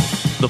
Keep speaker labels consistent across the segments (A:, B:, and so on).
A: The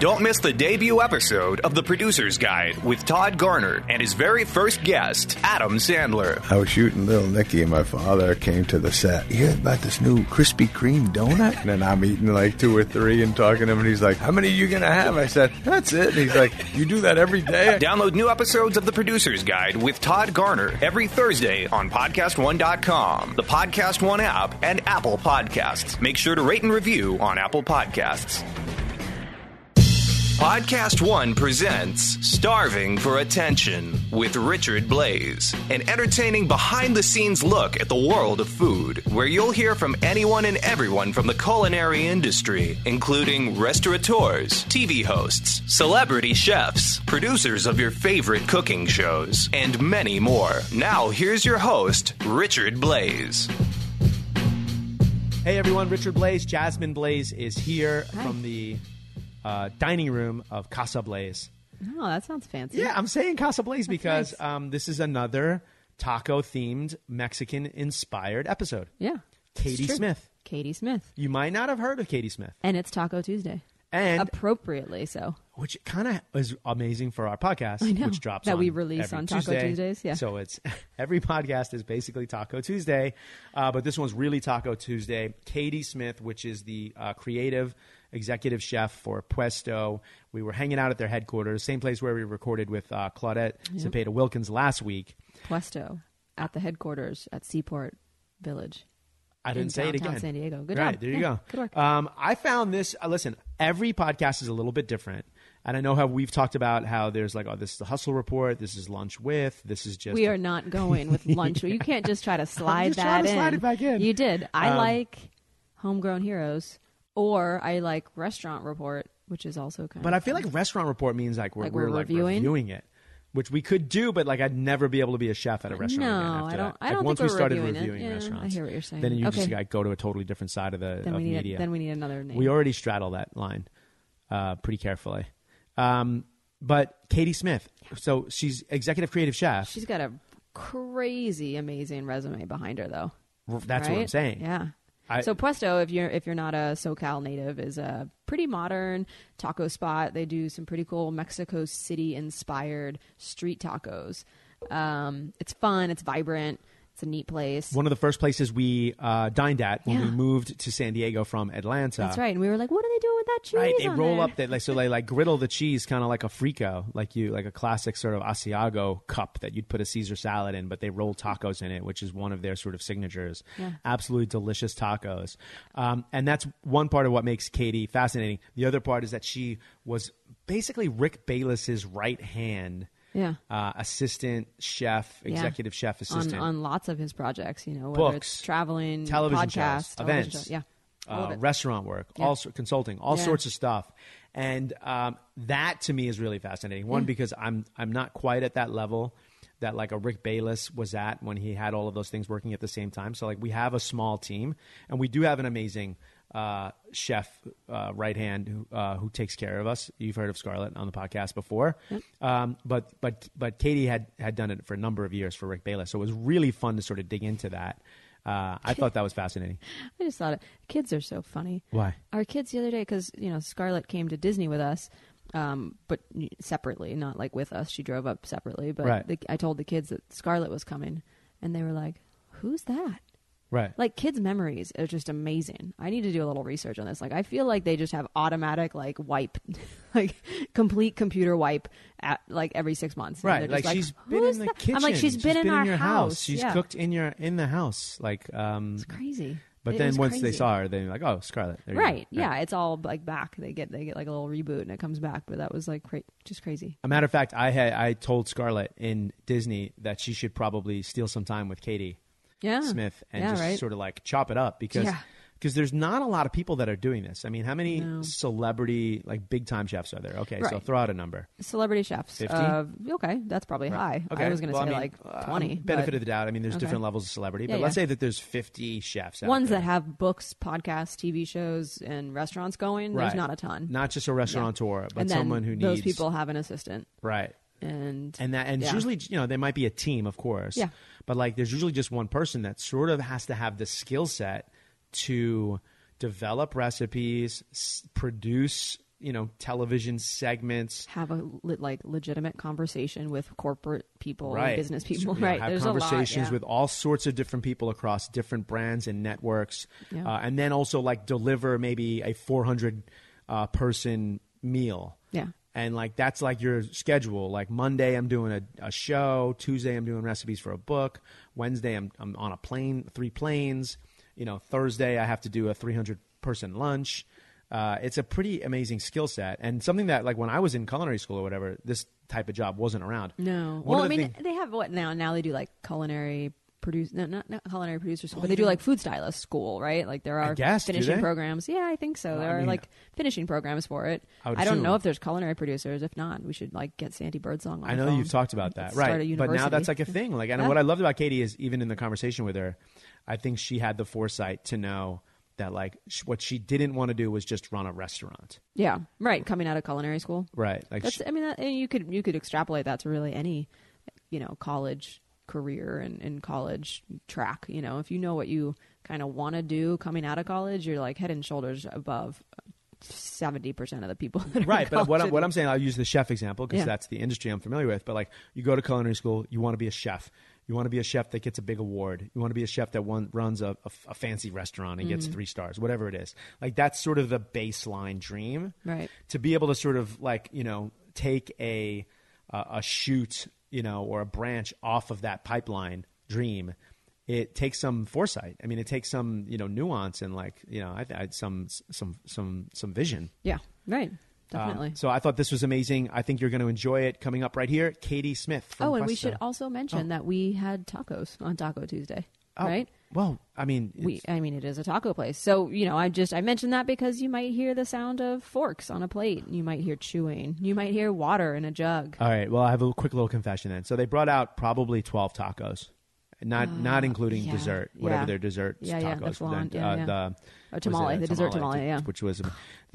A: Don't miss the debut episode of The Producer's Guide with Todd Garner and his very first guest, Adam Sandler.
B: I was shooting Little Nicky, and my father came to the set. You heard about this new Krispy Kreme donut? And then I'm eating like two or three and talking to him, and he's like, "How many are you gonna have?" I said, "That's it." And he's like, "You do that every day?"
A: Download new episodes of The Producer's Guide with Todd Garner every Thursday on PodcastOne.com, the Podcast One app, and Apple Podcasts. Make sure to rate and review on Apple Podcasts. Podcast One presents Starving for Attention with Richard Blaze, an entertaining behind the scenes look at the world of food, where you'll hear from anyone and everyone from the culinary industry, including restaurateurs, TV hosts, celebrity chefs, producers of your favorite cooking shows, and many more. Now, here's your host, Richard Blaze.
C: Hey everyone, Richard Blaze. Jasmine Blaze is here from the uh, dining room of Casa Blaze.
D: Oh, that sounds fancy.
C: Yeah, I'm saying Casa Blaze because
D: nice.
C: um, this is another taco themed Mexican inspired episode.
D: Yeah. It's
C: Katie
D: true.
C: Smith.
D: Katie Smith.
C: You might not have heard of Katie Smith,
D: And it's Taco Tuesday.
C: and
D: Appropriately so.
C: which kind of is amazing for our podcast,
D: I know,
C: which drops
D: that
C: on
D: we release
C: every
D: on Taco
C: Tuesday.
D: Tuesdays, yeah.
C: So it's every podcast is basically Taco Tuesday, uh, but this one's really Taco Tuesday. Katie Smith, which is the uh, creative executive chef for Puesto, we were hanging out at their headquarters, same place where we recorded with uh, Claudette Cepeda Wilkins last week.
D: Puesto at the headquarters at Seaport Village.
C: I
D: in
C: didn't say it
D: downtown
C: again.
D: San Diego. Good
C: right,
D: job.
C: There you
D: Yeah,
C: go.
D: good work.
C: Um, I found this. Uh, listen, every podcast is a little bit different. And I know how we've talked about how there's like, oh, this is the hustle report. This is lunch with. This is just.
D: We are not going with lunch. You can't just try to slide
C: just
D: that
C: trying to
D: in.
C: slide it back in. Um,
D: You did. I like Homegrown Heroes or I like Restaurant Report, which is also kind
C: But
D: of
C: I feel like restaurant report means like we're,
D: Like
C: we're,
D: we're
C: like
D: reviewing?
C: reviewing it, which we could do, but like I'd never be able to be a chef at a restaurant.
D: No,
C: again after
D: I don't-
C: That.
D: I
C: Like,
D: don't
C: once
D: think
C: we
D: we're
C: started
D: reviewing it.
C: reviewing
D: Yeah, I
C: restaurants,
D: hear what you're saying.
C: Then you just
D: Okay.
C: like go to a totally different side of the
D: then
C: of
D: we need
C: media.
D: then we need another name.
C: We already straddle that line uh, pretty carefully. Um, but Katie Smith, so she's executive creative chef.
D: She's got a crazy amazing resume behind her though.
C: That's what I'm
D: right?
C: saying.
D: Yeah.
C: I-
D: so Puesto, if you're if you're not a SoCal native, is a pretty modern taco spot. They do some pretty cool Mexico City inspired street tacos. Um, it's fun. It's vibrant. It's a neat place.
C: One of the first places we uh, dined at when we
D: Yeah.
C: moved to San Diego from Atlanta.
D: That's right. And we were like, what are they doing with that cheese?
C: uh, Right, they
D: on
C: roll
D: there?
C: up that like so they like griddle the cheese kind of like a frico, like you like a classic sort of Asiago cup that you'd put a Caesar salad in, but they roll tacos in it, which is one of their sort of signatures.
D: Yeah.
C: Absolutely delicious tacos, um, and that's one part of what makes Katie fascinating. The other part is that she was basically Rick Bayless's right hand,
D: Yeah.
C: uh, assistant chef,
D: Yeah.
C: executive chef
D: on,
C: assistant.
D: on lots of his projects, you know, whether
C: Books,
D: it's traveling,
C: television
D: podcast,
C: shows,
D: television
C: events,
D: shows. Yeah. All of
C: uh,
D: it.
C: restaurant work,
D: Yeah.
C: all sor- consulting, all
D: Yeah.
C: sorts of stuff, and um, that to me is really fascinating.
D: Mm.
C: One because I'm I'm not quite at that level that like a Rick Bayless was at when he had all of those things working at the same time. So like we have a small team, and we do have an amazing uh, chef uh, right hand who, uh, who takes care of us. You've heard of Scarlett on the podcast before, um, but but but Katie had had done it for a number of years for Rick Bayless, so it was really fun to sort of dig into that. Uh, I thought that was fascinating.
D: I just thought it. Kids are so funny.
C: Why?
D: Our kids the other day, because you know Scarlett came to Disney with us, um, but separately, not like with us. She drove up separately. But
C: Right.
D: the, I told the kids that Scarlett was coming, and they were like, "Who's that?"
C: Right.
D: Like kids' memories are just amazing. I need to do a little research on this. Like I feel like they just have automatic like wipe, like complete computer wipe at like every six months. And
C: Right,
D: they're just
C: like, she's been
D: "Who's
C: in the
D: that?"
C: kitchen.
D: I'm like she's been in our
C: your
D: house.
C: She's
D: Yeah.
C: cooked in your in the house. Like, um,
D: It's crazy.
C: but
D: It
C: then
D: was
C: once they
D: crazy.
C: saw her, they're like, oh, Scarlett. There you go.
D: Right. Yeah. It's all like back. They get they get like a little reboot and it comes back. But that was like cra- just crazy.
C: A matter of fact, I had I told Scarlett in Disney that she should probably steal some time with Katie
D: Yeah.
C: Smith and
D: yeah,
C: just
D: right.
C: sort of like chop it up because.
D: Yeah.
C: Because there's not a lot of people that are doing this. I mean, how many
D: No.
C: celebrity, like big time chefs are there? Okay, so
D: Right.
C: throw out a number.
D: celebrity chefs.
C: 50?
D: Uh, okay, that's probably high.
C: Okay.
D: I was going to
C: Well,
D: say
C: mean, uh,
D: like twenty.
C: benefit
D: but
C: of the doubt. I mean, there's
D: Okay.
C: different levels of celebrity,
D: Yeah,
C: but let's
D: yeah.
C: say that there's 50 chefs. out
D: ones
C: there.
D: that have books, podcasts, TV shows, and restaurants going. There's not a ton.
C: Not just a restaurateur, but
D: and then
C: someone who
D: those
C: needs
D: people have an assistant.
C: right.
D: and
C: and that and it's
D: yeah.
C: usually you know there might be a team of course
D: Yeah.
C: but like there's usually just one person that sort of has to have the skill set to develop recipes s- produce you know television segments
D: have a le- like legitimate conversation with corporate people, and
C: right
D: business people,
C: You know,
D: right?
C: have
D: There's
C: conversations
D: a lot, yeah.
C: with all sorts of different people across different brands and networks
D: Yeah.
C: uh, and then also like deliver maybe a 400 uh, person meal
D: Yeah.
C: and like that's like your schedule like monday i'm doing a, a show tuesday i'm doing recipes for a book wednesday I'm, I'm on a plane three planes you know thursday i have to do a 300 person lunch uh, it's a pretty amazing skill set and something that like when i was in culinary school or whatever this type of job wasn't around
D: No.
C: One
D: well,
C: of
D: I
C: the
D: mean,
C: thing-
D: they have what now? Now they do like culinary produce, no, not, not culinary producer school, but they do like food stylist school, right? Like there are
C: Oh, guess, do
D: finishing
C: they?
D: programs. Yeah, I think so. There
C: I
D: are
C: mean-
D: like finishing programs for it.
C: I
D: I,
C: would
D: don't know
C: assume.
D: if there's culinary producers. If not, we should like get Sandy Birdsong. On
C: I
D: the
C: know
D: phone.
C: you've talked about that,
D: Start a
C: right? But now that's
D: university.
C: like a thing. Like, and
D: Yeah.
C: what I loved about Katie is even in the conversation with her, I think she had the foresight to know that like sh- what she didn't want to do was just run a restaurant,
D: yeah, right. Coming out of culinary school,
C: right? Like,
D: That's.
C: she-
D: I mean, that, and you could you could extrapolate that to really any, you know, college career and, and college track. You know, if you know what you kind of want to do coming out of college, you're like head and shoulders above seventy percent of the people. That are in
C: right. But what I'm,
D: college.
C: what I'm saying, I'll use the chef example because
D: Yeah.
C: that's the industry I'm familiar with. But like, you go to culinary school, you want to be a chef. You want to be a chef that gets a big award. You want to be a chef that one, runs a, a f- a fancy restaurant and gets
D: Mm-hmm.
C: three stars, whatever it is. Like that's sort of the baseline dream.
D: Right.
C: to be able to sort of like you know take a uh, a shoot you know or a branch off of that pipeline dream it takes some foresight i mean it takes some you know nuance and like you know i, I some some some some vision
D: Yeah. Right.
C: Um,
D: Definitely.
C: so i thought this was amazing i think you're going to enjoy it coming up right here katie smith from
D: oh, and we
C: Cuesta.
D: should also mention that we had tacos on Taco Tuesday.
C: Oh,
D: right.
C: well i mean
D: we
C: it's-
D: i mean it is a taco place so you know i just i mentioned that because you might hear the sound of forks on a plate you might hear chewing you might hear water in a jug
C: all right well i have a quick little confession then so they brought out probably 12 tacos not not including
D: Ah, yeah,
C: dessert whatever
D: yeah.
C: their dessert
D: Yeah, yeah, the
C: tacos were
D: flan,
C: then,
D: yeah,
C: uh,
D: yeah.
C: the
D: Or tamale,
C: was it?
D: the dessert tamale,
C: which-
D: yeah.
C: which was so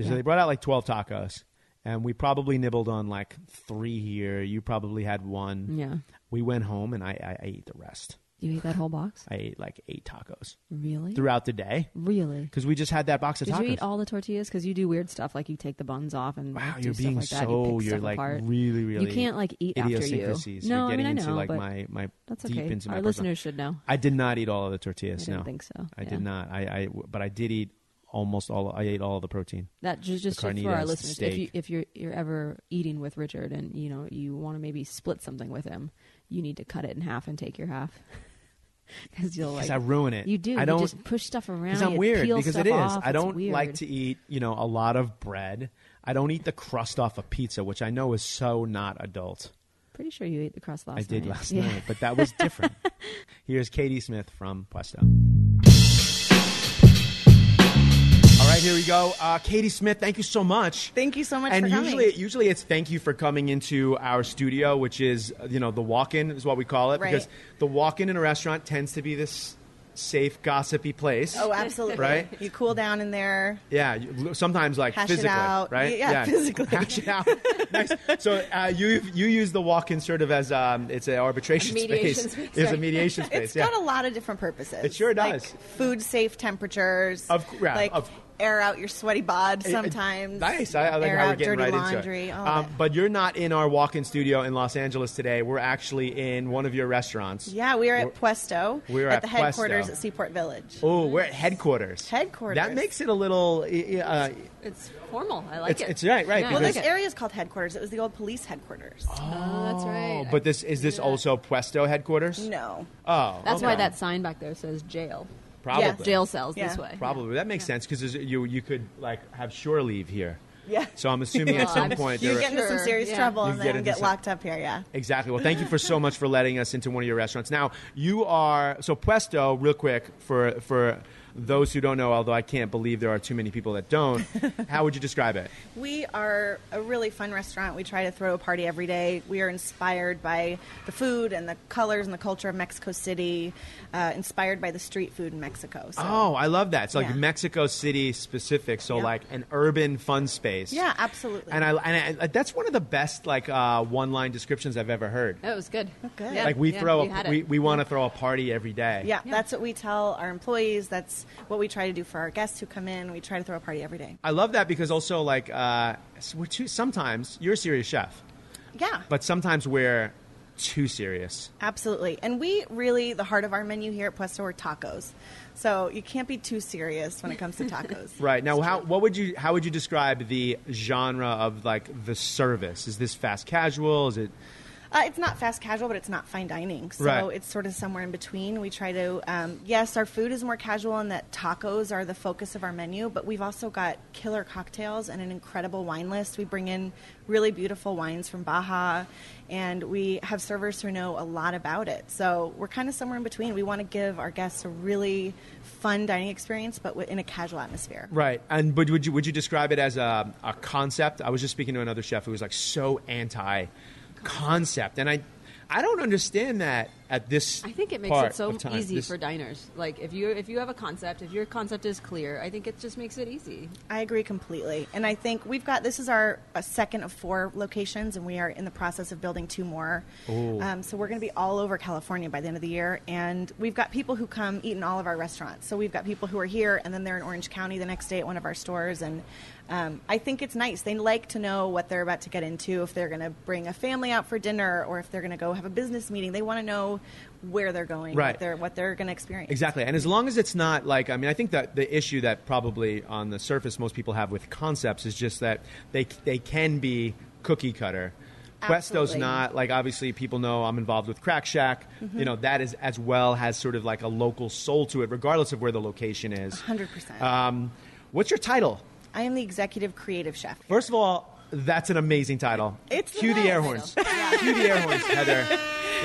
C: they brought out like 12 tacos and we probably nibbled on like three here you probably had one
D: Yeah.
C: we went home and i i, I ate the rest
D: you ate that whole box
C: i ate like eight tacos
D: really
C: throughout the day
D: really
C: because we just had that box of
D: did
C: tacos
D: you eat all the tortillas? Because you do weird stuff, like you take the buns off and
C: Wow,
D: do
C: you're
D: stuff
C: being
D: like that.
C: so
D: you pick
C: you're
D: stuff
C: like
D: apart.
C: really really
D: You can't like eat after you.
C: idiosyncrasies.
D: No,
C: you're
D: I
C: getting
D: mean I
C: into
D: know,
C: like
D: but
C: my my
D: that's
C: deep
D: okay.
C: into my personal-
D: Our listeners should know.
C: I did not eat all of the tortillas.
D: I didn't
C: no,
D: think so,
C: I
D: yeah.
C: did not. I, I but I did eat almost all. I ate all of the protein.
D: That just, just for
C: carnitas,
D: our
C: the
D: listeners, if you
C: steak.
D: if you're you're ever eating with Richard and you know you want to maybe split something with him, you need to cut it in half and take your half because you'll like
C: Because I ruin it.
D: You do.
C: I
D: You
C: don't
D: just push stuff around.
C: because I'm
D: you
C: weird.
D: peel
C: Because
D: stuff
C: it is.
D: off,
C: I
D: it's
C: don't like
D: weird.
C: to eat. You know, a lot of bread. I don't eat the crust off of pizza, which I know is so not adult.
D: Pretty sure you ate the crust last
C: I did
D: night.
C: last
D: Yeah.
C: night, but that was different. Here's Katie Smith from Puesto. All right, here we go. Uh, Katie Smith, thank you so much.
E: Thank you so much
C: And
E: for coming.
C: usually, usually it's thank you for coming into our studio, which is uh, you know the walk-in is what we call it
E: Right.
C: because the walk-in in a restaurant tends to be this safe, gossipy place.
E: Oh, absolutely.
C: Right?
E: You cool down in there.
C: Yeah, you, sometimes like
E: Hash it
C: physically,
E: out.
C: right?
E: Yeah, physically.
C: Hash it out. nice. So uh, you you use the walk-in sort of as um, it's an arbitration
D: Mediation
C: space.
D: space,
C: It's a
D: right.
C: mediation space.
E: It's
C: yeah.
E: got a lot of different purposes.
C: It sure
E: Like
C: does.
E: food safe temperatures.
C: Of cou- yeah,
E: like
C: of-
E: air out your sweaty bod
C: It- it-
E: sometimes.
C: Nice. I, I like
E: air
C: how we're
E: out
C: getting
E: dirty
C: right
E: laundry.
C: into it.
E: all
C: Um,
E: that.
C: but you're not in our walk-in studio in Los Angeles today. We're actually in one of your restaurants.
E: yeah, we are
C: we're-
E: at Puesto.
C: we are
E: at
C: at
E: the headquarters
C: Puesto.
E: at Seaport Village.
C: Oh, we're at headquarters.
E: Headquarters.
C: That makes it a little. Uh, uh,
D: It's formal. I like
C: It's-
D: it.
C: it's right, right,
D: Yeah, I
E: Well,
C: because-
E: this
D: like it.
E: area is called headquarters. It was the old police headquarters.
D: Oh, that's right.
C: but this is this also Puesto headquarters?
E: No.
C: Oh,
D: that's
C: okay.
D: why that sign back there says jail.
C: probably
E: yeah,
D: Jail cells
E: Yeah.
D: this way.
C: Probably that makes sense because you you could like have shore leave here.
E: Yeah.
C: So I'm assuming at
D: Well,
C: some
D: I'm
C: point
E: You
C: there.
E: get into some
D: Sure,
E: serious
D: yeah.
E: trouble
C: You
E: and
C: get
E: then
C: into
E: get
C: some-
E: locked up here, yeah.
C: Exactly. Well, thank you for so much for letting us into one of your restaurants. Now you are so Puesto. Real quick for for those who don't know, although I can't believe there are too many people that don't, how would you describe it?
E: We are a really fun restaurant. We try to throw a party every day. We are inspired by the food and the colors and the culture of Mexico City, uh, inspired by the street food in Mexico. So.
C: Oh, I love that. It's like
E: Yeah.
C: Mexico City specific, so
E: Yeah.
C: like an urban fun space.
E: Yeah, absolutely.
C: And I and I, that's one of the best like uh, one line descriptions I've ever heard.
D: That was good.
E: Oh, Good.
D: Yeah,
C: like we
D: Oh, yeah,
C: throw
D: you had
C: a,
D: it.
C: we, we want to throw a party every day.
E: Yeah,
D: Yeah.
E: that's what we tell our employees. That's what we try to do for our guests who come in. We try to throw a party every day.
C: I love that because also like uh, we're too sometimes you're a serious chef,
E: Yeah.
C: but sometimes we're too serious.
E: Absolutely. And we really, the heart of our menu here at Puesto are tacos. So you can't be too serious when it comes to tacos.
C: Right now, how what would you how would you describe the genre of like the service? Is this fast casual? Is it
E: Uh, it's not fast casual, but it's not fine dining. So
C: Right.
E: it's sort of somewhere in between. We try to, um, yes, our food is more casual in that tacos are the focus of our menu, but we've also got killer cocktails and an incredible wine list. We bring in really beautiful wines from Baja, and we have servers who know a lot about it. So we're kind of somewhere in between. We want to give our guests a really fun dining experience, but wi- in a casual atmosphere.
C: Right, and but would you would you describe it as a, a concept? I was just speaking to another chef who was like so anti concept, and I I don't understand that at this.
D: I think it makes
C: part
D: it so
C: of time.
D: easy
C: This-
D: for diners. Like if you if you have a concept, if your concept is clear, I think it just makes it easy.
E: I agree completely. And I think we've got this is our uh, second of four locations, and we are in the process of building two more. Um, so we're going to be all over California by the end of the year. And we've got people who come eat in all of our restaurants. So we've got people who are here, and then they're in Orange County the next day at one of our stores. And um, I think it's nice. They like to know what they're about to get into, if they're going to bring a family out for dinner, or if they're going to go have a business meeting. They want to know where they're going,
C: Right.
E: what they're, what they're going to experience.
C: Exactly. And as long as it's not like, I mean, I think that the issue that probably on the surface most people have with concepts is just that they, they can be cookie cutter. Questo's
E: Absolutely.
C: not like obviously people know I'm involved with Crack Shack. You know that is as well has sort of like a local soul to it, regardless of where the location is.
E: 100%.
C: Um, what's your title?
E: I am the executive creative chef.
C: First of all, that's an amazing title.
E: It's the
C: cue the,
E: best
C: air horns. cue the air horns, Heather.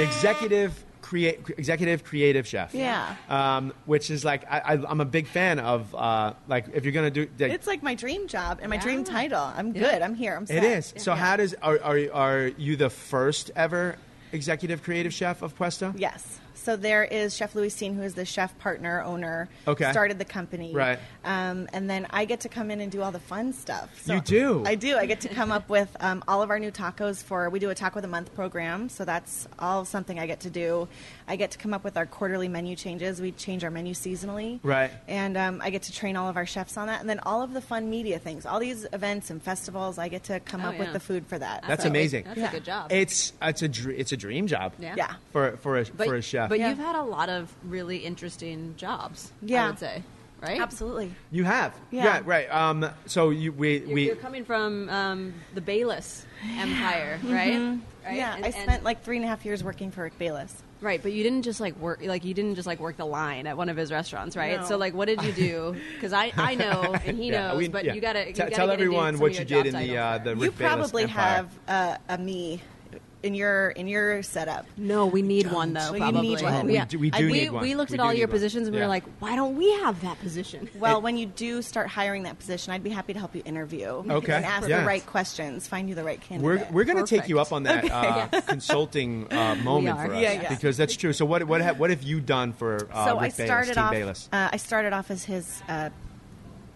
C: Executive create executive creative chef.
E: Yeah.
C: Um, which is like I, I, I'm a big fan of uh, like if you're gonna do like,
E: It's like my dream job and my dream
D: Yeah.
E: title. I'm
D: Yeah.
E: good. I'm here. I'm set.
C: it is. So how does are, are are you the first ever executive creative chef of Puesto?
E: Yes. So there is Chef Louisine, who is the chef partner owner.
C: Okay.
E: Started the company.
C: Right.
E: Um, and then I get to come in and do all the fun stuff. So
C: You do?
E: I do. I get to come up with um, all of our new tacos for. We do a taco of the month program, so that's all something I get to do. I get to come up with our quarterly menu changes. We change our menu seasonally.
C: Right.
E: And um, I get to train all of our chefs on that, and then all of the fun media things, all these events and festivals. I get to come
D: Oh,
E: up
D: yeah.
E: with the food for that.
C: That's
D: a good-
C: amazing.
D: That's
E: Yeah.
D: a good job.
C: It's it's a dr- it's a dream job.
D: Yeah.
E: Yeah.
C: For for a
D: but,
C: for a chef.
D: But
E: Yeah.
D: you've had a lot of really interesting jobs. I
E: Yeah.
D: would say, right?
E: Absolutely.
C: you have.
E: Yeah.
C: right. Um. So you we
D: You're,
C: we
D: you're coming from um, the Bayless Empire, right? right?
E: Mm-hmm. Yeah,
D: And-
E: I
D: and-
E: spent like three and a half years working for Rick Bayless.
D: right, but you didn't just like work like you didn't just like work the line at one of his restaurants, right?
E: No.
D: So like, what did you do? Because I, I know and he
C: yeah,
D: knows,
C: we-
D: but
C: yeah.
D: you gotta, you
C: Te-
D: gotta
C: tell
D: get into
C: everyone
D: some
C: what
D: of
C: you
D: your
C: did in
D: job
C: the
D: titles
C: uh,
D: there.
C: the
E: you
C: Rick Bayless
E: probably
C: Empire.
E: have a, a me in your in your setup.
D: No, we need one though.
E: We
D: probably.
E: need one.
C: We do- we do
D: I-
C: need one.
D: We looked
C: We
D: at
C: do
D: all
C: need
D: your
C: one.
D: positions and we
C: Yeah.
D: were like, why don't we have that position?
E: Well, when you do start hiring that position, I'd be happy to help you interview
C: Okay,
E: and ask
C: yeah.
E: the right questions, find you the right candidate.
C: We're, we're going to take
D: Perfect.
C: you up on that uh, consulting uh, moment
D: are.
C: for us
E: Yeah, yeah.
C: because that's true. So what what have, what have you done for uh,
E: so I
C: Rick Bayless,
E: started
C: Team
E: off.
C: Bayless?
E: Uh, I started off as his uh,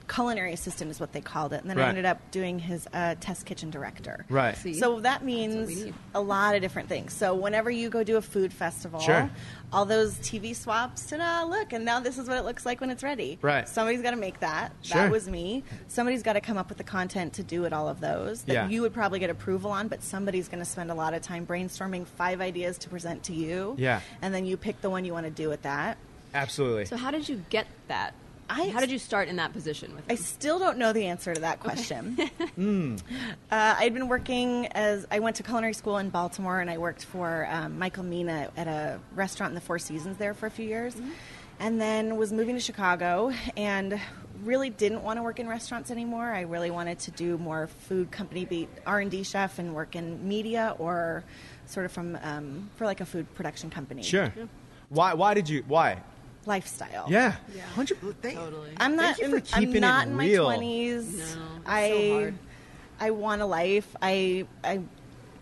E: culinary assistant, is what they called it, and then
C: Right.
E: I ended up doing his uh, test kitchen director.
C: Right.
D: See?
E: So that
D: we
E: means
D: need.
E: a lot of different things. So whenever you go do a food festival,
C: Sure.
E: all those TV swaps, ta-da, look, and now this is what it looks like when it's ready.
C: Right.
E: Somebody's got to make that.
C: Sure.
E: That was me. Somebody's got to come up with the content to do at all of those that
C: Yeah.
E: you would probably get approval on, but somebody's going to spend a lot of time brainstorming five ideas to present to you.
C: Yeah.
E: And then you pick the one you want to do with that.
C: Absolutely.
D: so how did you get that?
E: I-
D: how did you start in that position with
E: I
D: him?
E: still don't know the answer to that question. uh, I'd been working as I went to culinary school in Baltimore, and I worked for um, Michael Mina at a restaurant in the Four Seasons there for a few years, and then was moving to Chicago and really didn't want to work in restaurants anymore. I really wanted to do more food company, be R and D chef, and work in media or sort of from um, for like a food production company.
C: sure. Why why did you why?
E: lifestyle.
C: Yeah. Hundred. Thank,
D: Totally.
E: I'm not.
C: Thank you for
E: in- I'm
C: keeping
E: not
C: it
E: in
C: real.
E: my twenties.
D: No, it's so
E: I,
D: hard.
E: I want a life. I, I,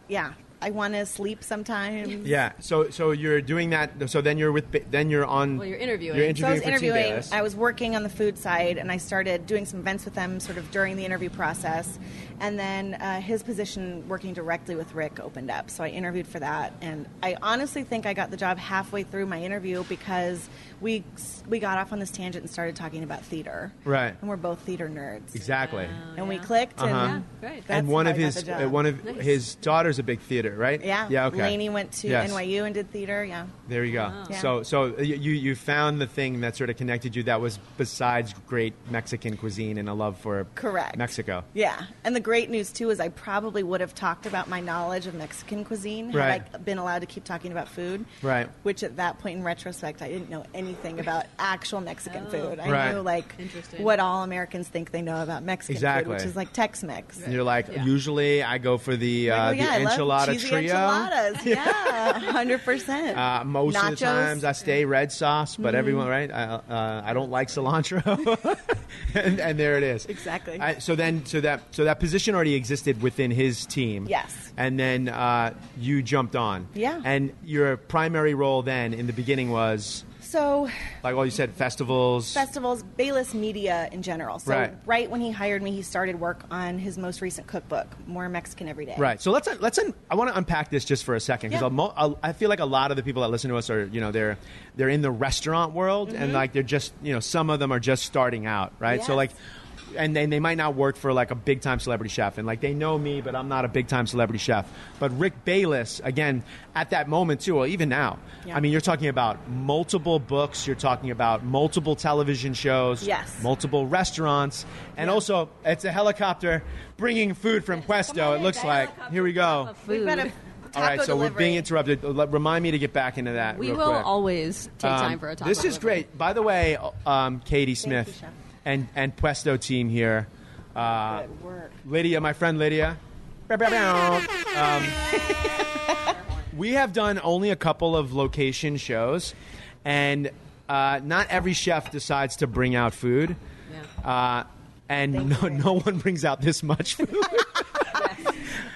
E: yeah. I want to sleep sometimes.
C: Yeah. So so you're doing that. So then you're with. Ba- Then you're on.
D: Well, you're interviewing.
C: You're
E: So
C: interviewing
E: I was
C: for T.
E: interviewing.
C: Bayless.
E: I was working on the food side, and I started doing some events with them, sort of during the interview process. And then uh, his position, working directly with Rick, opened up. So I interviewed for that, and I honestly think I got the job halfway through my interview because we we got off on this tangent and started talking about theater.
C: Right.
E: And we're both theater nerds.
C: exactly.
D: Ah.
E: And we clicked,
C: Uh-huh.
E: and
D: Oh, Yeah, great.
E: that's
C: and one
E: how
C: of
E: I got
C: his
E: the job.
C: uh, one of
D: Nice.
C: his daughter's a big theater, right?
E: yeah
C: Yeah. Okay.
E: Laney went to
C: Yes.
E: NYU and did theater. Yeah.
C: There you go.
E: Oh. Yeah.
C: So so y- you you found the thing that sort of connected you that was besides great Mexican cuisine and a love for
E: Correct.
C: Mexico.
E: Yeah, and the great news too is I probably would have talked about my knowledge of Mexican cuisine had I
C: Right.
E: been allowed to keep talking about food.
C: Right.
E: Which at that point in retrospect, I didn't know anything about actual Mexican food. I
C: Right.
E: knew like
D: Oh. Interesting.
E: what all Americans think they know about Mexican
C: Exactly.
E: food, which is like Tex-Mex.
C: And you're like
D: Yeah.
C: usually I go for the uh,
E: Like, oh, yeah,
C: the
E: I love
C: enchilada
E: cheesy
C: trio.
E: enchiladas. Yeah, hundred percent.
C: Uh, most
E: Nachos. Mm-hmm.
C: of the times I stay red sauce, but everyone right. I, uh, I don't like cilantro, and, and there it is.
E: Exactly.
C: I, so then, so that so that position already existed within his team.
E: Yes.
C: And then uh, you jumped on.
E: Yeah.
C: And your primary role then in the beginning was
E: so
C: like all you said festivals.
E: festivals, Bayless Media in general. So
C: Right.
E: right. when he hired me, he started work on his most recent cookbook, More Mexican Every Day.
C: Right. So let's let's un- I want to unpack this just for a second because
E: Yeah.
C: I feel like a lot of the people that listen to us are you know they're they're in the restaurant world
E: Mm-hmm.
C: and like they're just you know some of them are just starting out right. So
E: Yes.
C: like. And then they might not work for like a big time celebrity chef, and like they know me, but I'm not a big time celebrity chef. But Rick Bayless, again, at that moment too, or even now,
E: Yeah.
C: I mean, you're talking about multiple books, you're talking about multiple television shows,
E: Yes.
C: multiple restaurants, and also it's a helicopter bringing food from Puesto.
D: on
C: It
D: in,
C: looks
D: that
C: like
D: helicopter
C: here we
D: drop
C: go.
D: of
E: We've
D: Food.
E: got a
C: All right,
E: taco
C: so we're being
E: delivery.
C: interrupted. L- Remind me to get back into that.
D: We
C: real
D: will
C: quick.
D: always take
C: Um,
D: time for a talk.
C: This is great. By the way, um, Katie
E: Thank you,
C: Smith
E: Chef.
C: and and Puesto team here. Uh,
E: Good work.
C: Lydia, my friend Lydia. Bow, bow, bow. Um, we have done only a couple of location shows, and uh, not every chef decides to bring out food.
D: Yeah.
C: Uh, and
E: Thank
C: no,
E: you.
C: no one brings out this much food.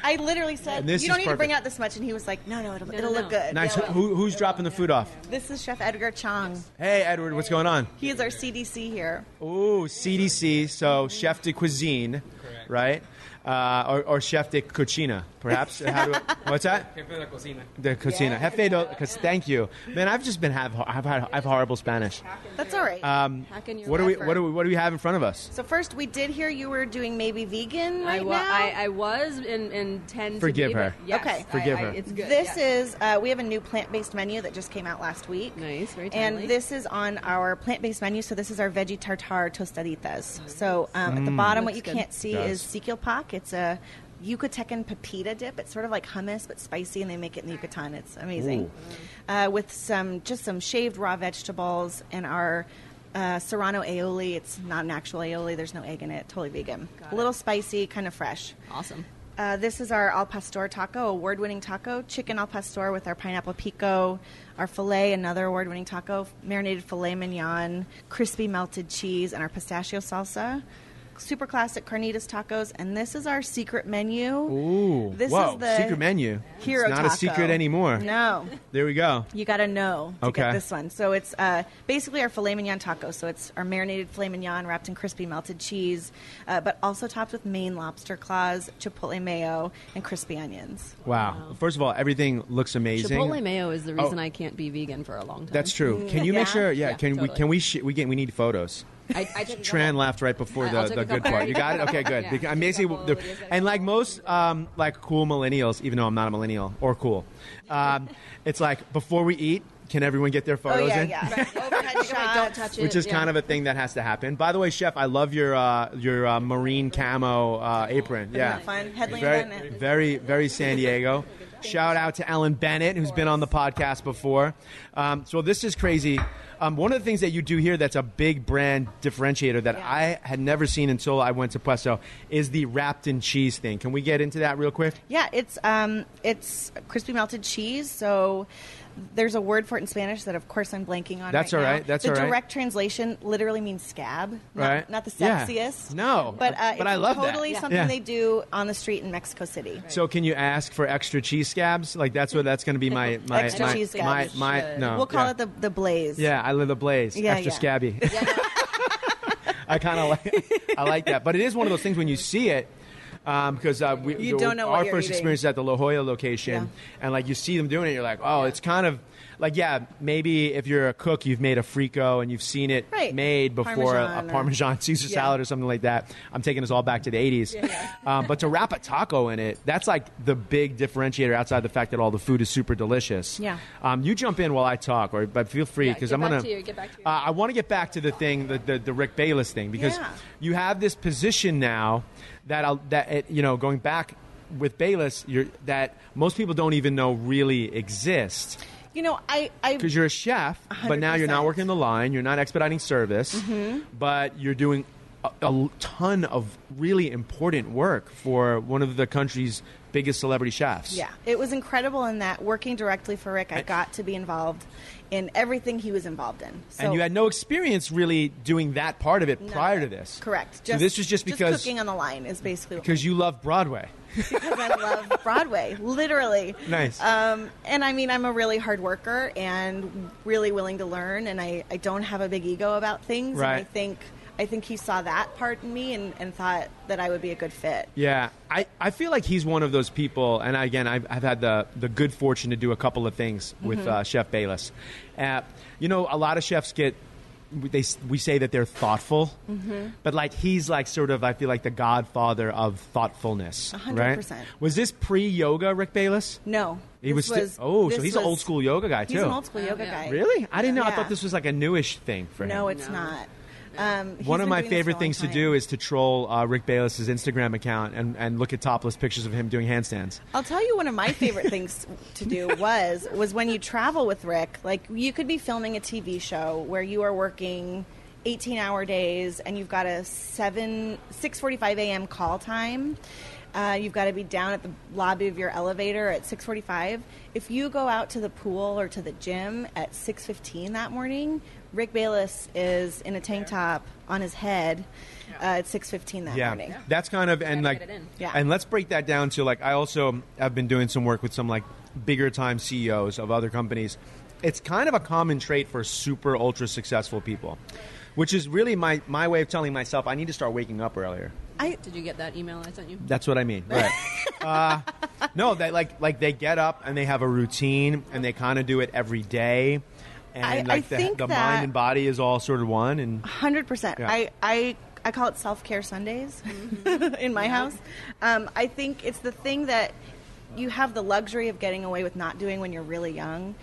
E: I literally said,
C: And this
E: "You don't
C: is
E: need to bring
C: perfect.
E: out this much," and he was like, "No, no, it'll, it'll
D: no,
E: look
D: no.
E: good."
C: nice.
E: Yeah, well,
C: Who, who's dropping the food off?
E: This is Chef Edgar Chong.
C: Hey, Edward, what's going on?
E: He is our CDC here.
C: Ooh, CDC, so chef de cuisine, right? Uh, or, or chef de cucina, perhaps. How do I- what's that?
F: Jefe de la cocina.
C: De cucina. Jefe do, cause, thank you, man. I've just been have I've had I've horrible Spanish.
E: That's all right.
C: Um,
D: Hacking your
C: what do we
D: pepper.
C: what do we what do we have in front of us?
E: so first, we did hear you were doing maybe vegan right
D: I, wa-
E: now.
D: I, I was and, and tend
C: Forgive
D: to be,
C: her.
D: but yes,
E: Okay.
D: I-
C: Forgive
D: I-
C: her.
D: It's good.
E: This
D: yeah.
E: is uh, we have a new plant-based menu that just came out last week.
D: Nice, very timely.
E: And this is on our plant-based menu. So this is our veggie tartare tostaditas. So um, at the bottom, what
D: Looks
E: you
D: good.
E: can't see
C: Does.
E: is sequilpak. It's a Yucatecan pepita dip. It's sort of like hummus but spicy, and they make it in Yucatan. It's amazing. Uh, with some just some shaved raw vegetables and our. Uh, serrano aioli. It's not an actual aioli. There's no egg in it. Totally vegan.
D: Got
E: a
D: it.
E: little spicy, kind of fresh.
D: awesome.
E: Uh, this is our al pastor taco, award-winning taco, chicken al pastor with our pineapple pico, our filet, another award-winning taco, marinated filet mignon, crispy melted cheese, and our pistachio salsa. Super classic carnitas tacos, and this is our secret menu.
C: Ooh,
E: this
C: whoa,
E: is the
C: secret menu.
E: Hero
C: it's not a
E: taco.
C: secret anymore.
E: No,
C: There we go.
E: you got to know to
C: Okay.
E: get this one. So it's uh, basically our filet mignon taco. So it's our marinated filet mignon wrapped in crispy melted cheese, uh, but also topped with Maine lobster claws, chipotle mayo, and crispy onions.
C: Wow. First of all, everything looks amazing.
D: Chipotle mayo is the reason
C: Oh.
D: I can't be vegan for a long time.
C: That's true. Can you make
E: Yeah.
C: sure? Yeah.
D: Yeah,
C: can we?
D: totally.
C: Can we? Sh- we get. We need photos.
D: I, I took
C: Tran laughed right before
D: I-
C: the,
D: I'll take
C: the
D: a
C: good
D: couple.
C: part. You got it. Okay, good.
D: Yeah.
C: Because I'm basically,
D: Couple,
C: the-
D: Lydia's got a
C: and like
D: couple.
C: most, um, like cool millennials, even though I'm not a millennial or cool, um, it's like before we eat, can everyone get their
E: Oh
C: photos
E: yeah,
C: in?
E: yeah. Overhead
D: Like,
E: shot.
D: don't touch it.
C: Which is
D: yeah.
C: kind of a thing that has to happen. By the way, chef, I love your uh, your uh, marine camo uh, apron. Yeah,
E: that fun? Headland
C: very,
E: Bennett.
C: very, very San Diego. Shout out to Ellen Bennett, who's been on the podcast before. Um, so this is crazy. Um, one of the things that you do here that's a big brand differentiator that
E: Yeah.
C: I had never seen until I went to Puesto is the wrapped in cheese thing. Can we get into that real quick?
E: Yeah, it's um, it's crispy melted cheese. So there's a word for it in Spanish that, of course, I'm blanking on.
C: That's
E: right
C: all
E: now.
C: right. That's
E: the
C: all right.
E: direct translation literally means scab. Not,
C: Right.
E: Not the
C: Yeah.
E: sexiest.
C: No,
E: But uh,
C: but
E: it's
C: I love that.
E: totally
C: Yeah.
E: something
C: Yeah.
E: they do on the street in Mexico City.
C: So can you ask for extra cheese scabs? Like that's what that's going to be my my
E: Extra
C: my,
E: cheese
C: my,
E: scabs.
C: my, no.
E: We'll call
C: yeah.
E: it the the blaze.
C: yeah. I live the blaze.
E: Yeah,
C: extra
E: yeah.
C: scabby. I kind of like I like that, but it is one of those things when you see it. Um, because uh, we,
E: You don't know what
C: our
E: you're
C: first
E: eating.
C: experience at the La Jolla location,
E: Yeah.
C: and like you see them doing it, you're like, oh, it's kind of like yeah, maybe if you're a cook, you've made a frico and you've seen it
E: Right.
C: made before
E: Parmesan
C: a,
E: or-
C: a Parmesan Caesar
E: Yeah.
C: salad or something like that. I'm taking us all back to the 80s, um, but to wrap a taco in it, that's like the big differentiator outside the fact that all the food is super delicious.
E: Yeah.
C: um, you jump in while I talk, or but feel free
F: Yeah,
C: because
F: get
C: I'm
F: back
C: gonna
F: to you, get back to you.
C: Uh, I want to get back to the thing, the, the, the Rick Bayless thing, because
E: Yeah.
C: you have this position now that I'll, that it, you know going back with Bayless, you're, that most people don't even know really exists
E: You know, I I
C: because you're a chef, but now you're not
E: 100%.
C: working the line, you're not expediting service, but you're doing a, a ton of really important work for one of the country's biggest celebrity chefs.
E: Yeah, it was incredible in that working directly for Rick, I got to be involved in everything he was involved in. So
C: and you had no experience really doing that part of it
E: none of
C: prior to
E: it.
C: this.
E: correct.
C: so this was just because
E: cooking on the line is basically what
C: because you love Broadway.
E: because I love Broadway, literally.
C: Nice.
E: Um, and I mean, I'm a really hard worker and really willing to learn, and I, I don't have a big ego about things. And I
C: Right.
E: think I think he saw that part in me and, and thought that I would be a good fit.
C: Yeah, I, I feel like he's one of those people, and again, I've, I've had the, the good fortune to do a couple of things with
E: Mm-hmm.
C: uh, Chef Bayless. Uh, you know, a lot of chefs get they s- we say that they're thoughtful,
E: Mm-hmm.
C: but like he's like sort of I feel like the godfather of thoughtfulness.
E: hundred
C: right?
E: percent.
C: Was this pre yoga, Rick Bayless?
E: No,
C: He
E: this
C: was, sti- oh, so
E: this
C: he's
E: was-
C: an old school yoga guy too.
E: He's an old school
F: Oh,
E: yoga
F: yeah.
E: guy.
C: Really? I didn't know. I
E: Yeah.
C: thought this was like a newish thing for him.
E: No, it's
F: No.
E: not. Um, he's
C: One of
E: been
C: my
E: doing this for a
C: favorite
E: long
C: things to
E: time.
C: do is to troll uh, Rick Bayless's Instagram account and, and look at topless pictures of him doing handstands.
E: I'll tell you one of my favorite things to do was was when you travel with Rick, like you could be filming a TV show where you are working 18 hour days and you've got a 7 6:45 a.m. call time. Uh, you've got to be down at the lobby of your elevator at 6:45. If you go out to the pool or to the gym at 6:15 that morning, Rick Bayless is in a tank top on his head uh, at 6:15 that
C: yeah.
E: morning.
C: That's kind of and
F: Gotta
C: like
F: get it in.
E: Yeah.
C: and let's break that down to like I also have been doing some work with some like bigger time CEOs of other companies. It's kind of a common trait for super ultra successful people, which is really my my way of telling myself I need to start waking up earlier.
E: I
F: Did you get that email I sent you?
C: That's what I mean. Right. uh, no, that like like they get up and they have a routine and they kind of do it every day. And
E: I-
C: like
E: I
C: the,
E: think
C: the
E: that-
C: mind and body is all sort of one and
E: Hundred percent.
C: Yeah.
E: I, I I call it self care Sundays in my house. Um, I think it's the thing that you have the luxury of getting away with not doing when you're really young,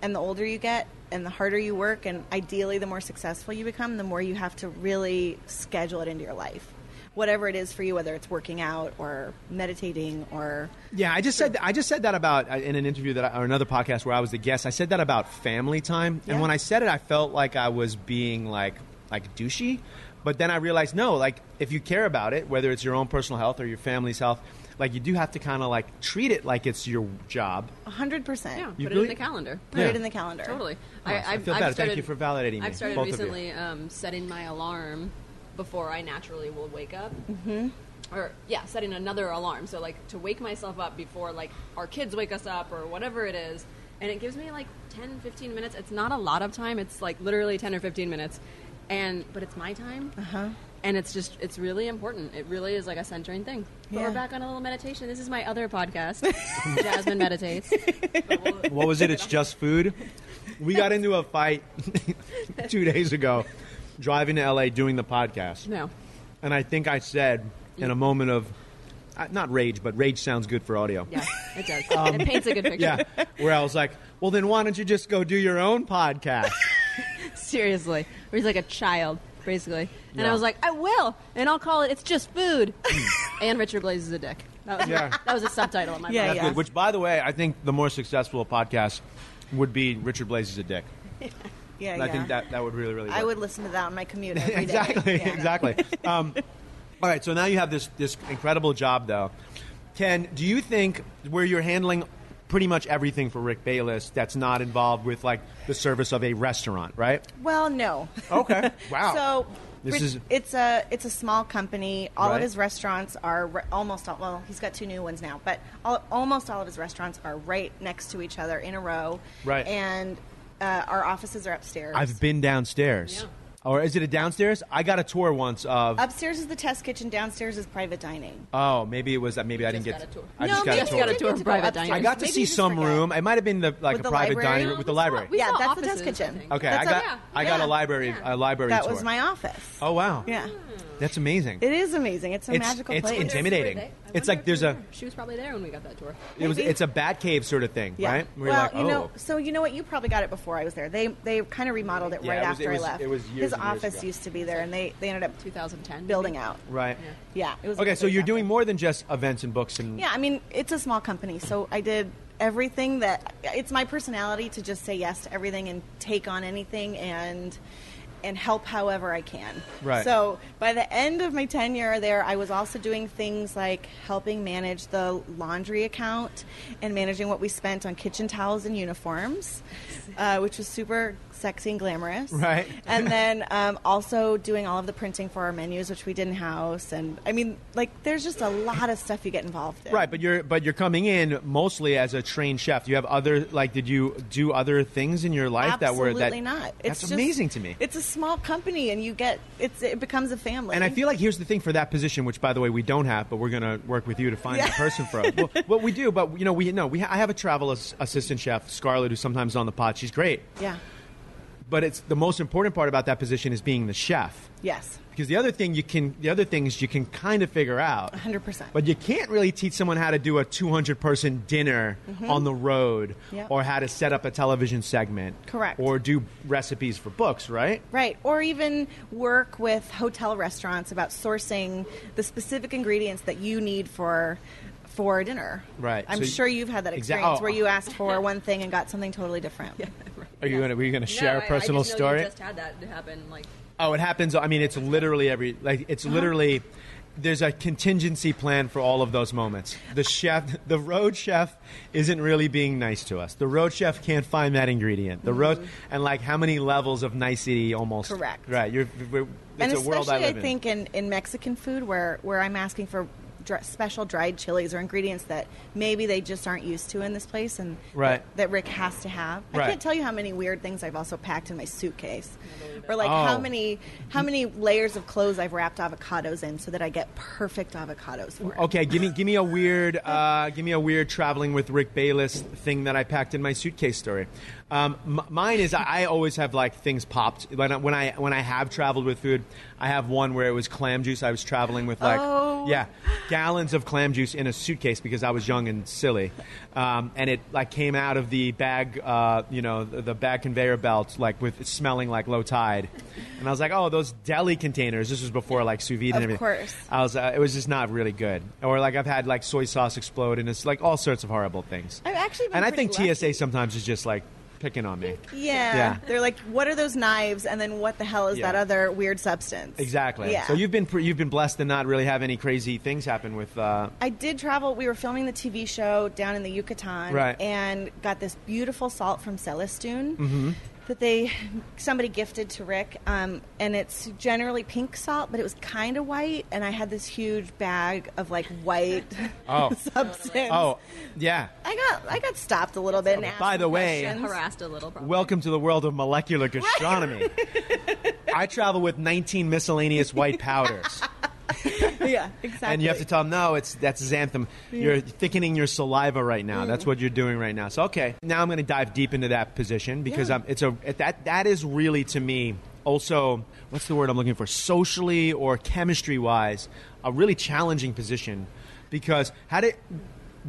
E: and the older you get, and the harder you work, and ideally the more successful you become, the more you have to really schedule it into your life. Whatever it is for you, whether it's working out or meditating or
C: Yeah, I just said I just said that about uh, in an interview that I, or another podcast where I was the guest. I said that about family time,
E: Yeah.
C: and when I said it, I felt like I was being like like douchey. But then I realized no, like if you care about it, whether it's your own personal health or your family's health, like you do have to kind of like treat it like it's your job.
E: hundred percent.
F: Yeah,
C: You
F: put
C: really-
F: it in the calendar.
E: Put
C: Yeah.
E: it in the calendar.
F: Totally.
C: Awesome. I feel better. Thank you for validating me,
F: I've started
C: both of you.
F: recently um, setting my alarm before I naturally will wake up. Mm-hmm. Or yeah, setting another alarm. So like to wake myself up before like our kids wake us up or whatever it is. And it gives me like 10, 15 minutes. It's not a lot of time. It's like literally 10 or 15 minutes. And but it's my time. Uh-huh. And it's just it's really important. It really is like a centering thing. But
E: Yeah.
F: we're back on a little meditation. This is my other podcast. Jasmine meditates. But we'll-
C: What was it? It's just food. We got into a fight two days ago, driving to LA doing the podcast.
F: no.
C: And I think I said in a moment of uh, not rage, but rage sounds good for audio.
F: Yeah, it does. it paints a good picture.
C: Um, Yeah. Where I was like, well, then why don't you just go do your own podcast?
F: Seriously. Where he's like a child, basically. And
C: Yeah.
F: I was like, I will. And I'll call it It's Just Food. and Richard Blaze is a dick. That was,
C: Yeah.
F: that was a subtitle in my
E: Yeah,
F: mind.
C: That's good. Which, by the way, I think the more successful podcast would be Richard Blaze is a dick.
E: Yeah,
C: I
E: yeah.
C: think that, that would really, really work.
E: I would listen to that on my commute every day.
C: exactly,
E: Yeah.
C: exactly. Um, all right, so now you have this this incredible job, though. Ken, do you think where you're handling pretty much everything for Rick Bayless that's not involved with like the service of a restaurant, right?
E: Well, no.
C: Okay. Wow.
E: So
C: This
E: Rich-
C: is-
E: it's a it's a small company. All
C: Right.
E: of his restaurants are ri- almost all, well. He's got two new ones now, but all, almost all of his restaurants are right next to each other in a row.
C: Right.
E: And uh, our offices are upstairs.
C: I've been downstairs.
F: Yeah.
C: Or is it a downstairs? I got a tour once of.
E: upstairs is the test kitchen. Downstairs is private dining.
C: Oh, maybe it was that. Maybe I didn't
F: just
C: get.
F: got a tour.
C: I
F: No,
C: just
F: maybe
C: got a
F: you
C: tour.
F: got a tour of private dining.
C: I got to
E: Maybe
C: see
E: you just
C: some
E: forget.
C: room. It might have been the like
E: With
C: a
E: the
C: private
E: library?
C: diner
E: No,
C: with the
F: that's
C: library.
F: not- we
E: Yeah,
F: saw
E: that's the test
F: offices, I
E: kitchen.
F: think.
C: Okay, I
E: That's
C: got
E: a-
C: I got
F: yeah,
C: a library
F: yeah.
C: a library
E: That
C: tour.
E: was my office.
C: Oh wow.
E: Yeah.
C: That's amazing.
E: It is amazing. It's a
C: It's-
E: magical
C: it's
E: place.
F: Were they-
C: intimidating.
F: I wonder
C: It's like
F: if
C: there's
F: they
C: a-
F: were. She was probably there when we got that tour.
C: It was
E: Maybe.
C: it's a bat cave sort of thing,
E: Yeah.
C: right? Where you're
E: well,
C: like,
E: you
C: oh.
E: know, so you know what? You probably got it before I was there. They they kind of remodeled it
C: Yeah,
E: right
C: it was-
E: after
C: it was-
E: I left.
C: it was years
E: His
C: and years
E: office
C: ago.
E: used to be there, and they they ended up
F: 2010
E: building
F: maybe?
E: out.
C: right.
E: Yeah. It was
C: Okay, so you're
E: after.
C: doing more than just events and books and
E: Yeah, I mean, it's a small company, so I did everything that it's my personality to just say yes to everything and take on anything and and help however I can.
C: Right.
E: So by the end of my tenure there, I was also doing things like helping manage the laundry account and managing what we spent on kitchen towels and uniforms, uh, which was super sexy and glamorous.
C: Right.
E: And then um, also doing all of the printing for our menus, which we did in house. And I mean, like, there's just a lot of stuff you get involved in.
C: Right, but you're but you're coming in mostly as a trained chef. Do you have other like did you do other things in your life
E: Absolutely
C: that were that
E: not.
C: That's
E: It's just-
C: amazing to me.
E: It's a small company, and you get it's it becomes a family.
C: And I feel like here's the thing for that position, which by the way we don't have, but we're gonna work with you to find the person for us. Well, well, we do, but you know we no, we ha- I have a travel as- assistant chef, Scarlett, who's sometimes on the pod. She's great,
E: yeah,
C: but it's the most important part about that position is being the chef.
E: yes,
C: Because the other thing you can, the other things you can kind of figure out,
E: hundred percent.
C: but you can't really teach someone how to do a 200 person dinner on the road,
E: Mm-hmm. Yep.
C: or how to set up a television segment,
E: Correct.
C: or do recipes for books, right?
E: Right, or even work with hotel restaurants about sourcing the specific ingredients that you need for for dinner.
C: Right,
E: I'm
C: so you-
E: sure you've had that
C: Exa-
E: experience
C: oh.
E: where you asked for one thing and got something totally different.
C: Are you gonna, are you gonna share
F: No,
C: a
F: I-
C: personal
F: I just know you
C: story?
F: just had that happen. Like
C: Oh, it happens. I mean, it's literally every like it's
E: Uh-huh.
C: literally there's a contingency plan for all of those moments. The chef, the road chef, isn't really being nice to us. The road chef can't find that ingredient. The road and like how many levels of nicety almost
E: Mm-hmm. Correct.
C: Right, you're. We're, it's
E: and
C: a
E: especially,
C: world I live in.
E: think in, in Mexican food, where where I'm asking for dr- special dried chilies or ingredients that maybe they just aren't used to in this place, and
C: Right.
E: that, that Rick has to have.
C: Right.
E: I can't tell you how many weird things I've also packed in my suitcase, or like how
C: Oh.
E: many how many layers of clothes I've wrapped avocados in so that I get perfect avocados for. it.
C: Okay, give me give me a weird uh, give me a weird traveling with Rick Bayless thing that I packed in my suitcase story. Um, m- mine is I, I always have like things popped when I, when I when I have traveled with food. I have one where it was clam juice. I was traveling with like
E: Oh.
C: yeah gallons of clam juice in a suitcase because I was young and silly, um, and it like came out of the bag uh, you know the, the bag conveyor belt like with smelling like low tide, and I was like oh those deli containers. This was before like sous vide and
E: Of
C: everything.
E: course.
C: I was, uh, it was just not really good. Or like I've had like soy sauce explode, and it's like all sorts of horrible things.
E: I've actually been
C: and I
E: pretty
C: think
E: lucky.
C: TSA sometimes is just like picking on me.
E: Yeah.
C: Yeah.
E: they're like, what are those knives? And then what the hell is
C: Yeah.
E: that other weird substance?
C: Exactly.
E: Yeah.
C: So you've been pre- you've been blessed to not really have any crazy things happen with. Uh,
E: I did travel. We were filming the TV show down in the Yucatan,
C: Right.
E: And got this beautiful salt from Celestune
C: Mm-hmm.
E: that they somebody gifted to Rick, um, and it's generally pink salt, but it was kind of white. And I had this huge bag of like white
C: Oh.
E: substance.
C: oh, yeah.
E: I got I got stopped a little bit. And asked
C: By the
E: some
C: way-
E: questions.
F: harassed a little. Probably.
C: Welcome to the world of molecular gastronomy. I travel with 19 miscellaneous white powders.
E: yeah, exactly.
C: And you have to tell them, no, it's that's xanthan. You're thickening your saliva right now. That's what you're doing right now. So okay, now I'm going to dive deep into that position because
E: Yeah.
C: um, it's a it- that that is really to me also what's the word I'm looking for socially or chemistry wise a really challenging position because how did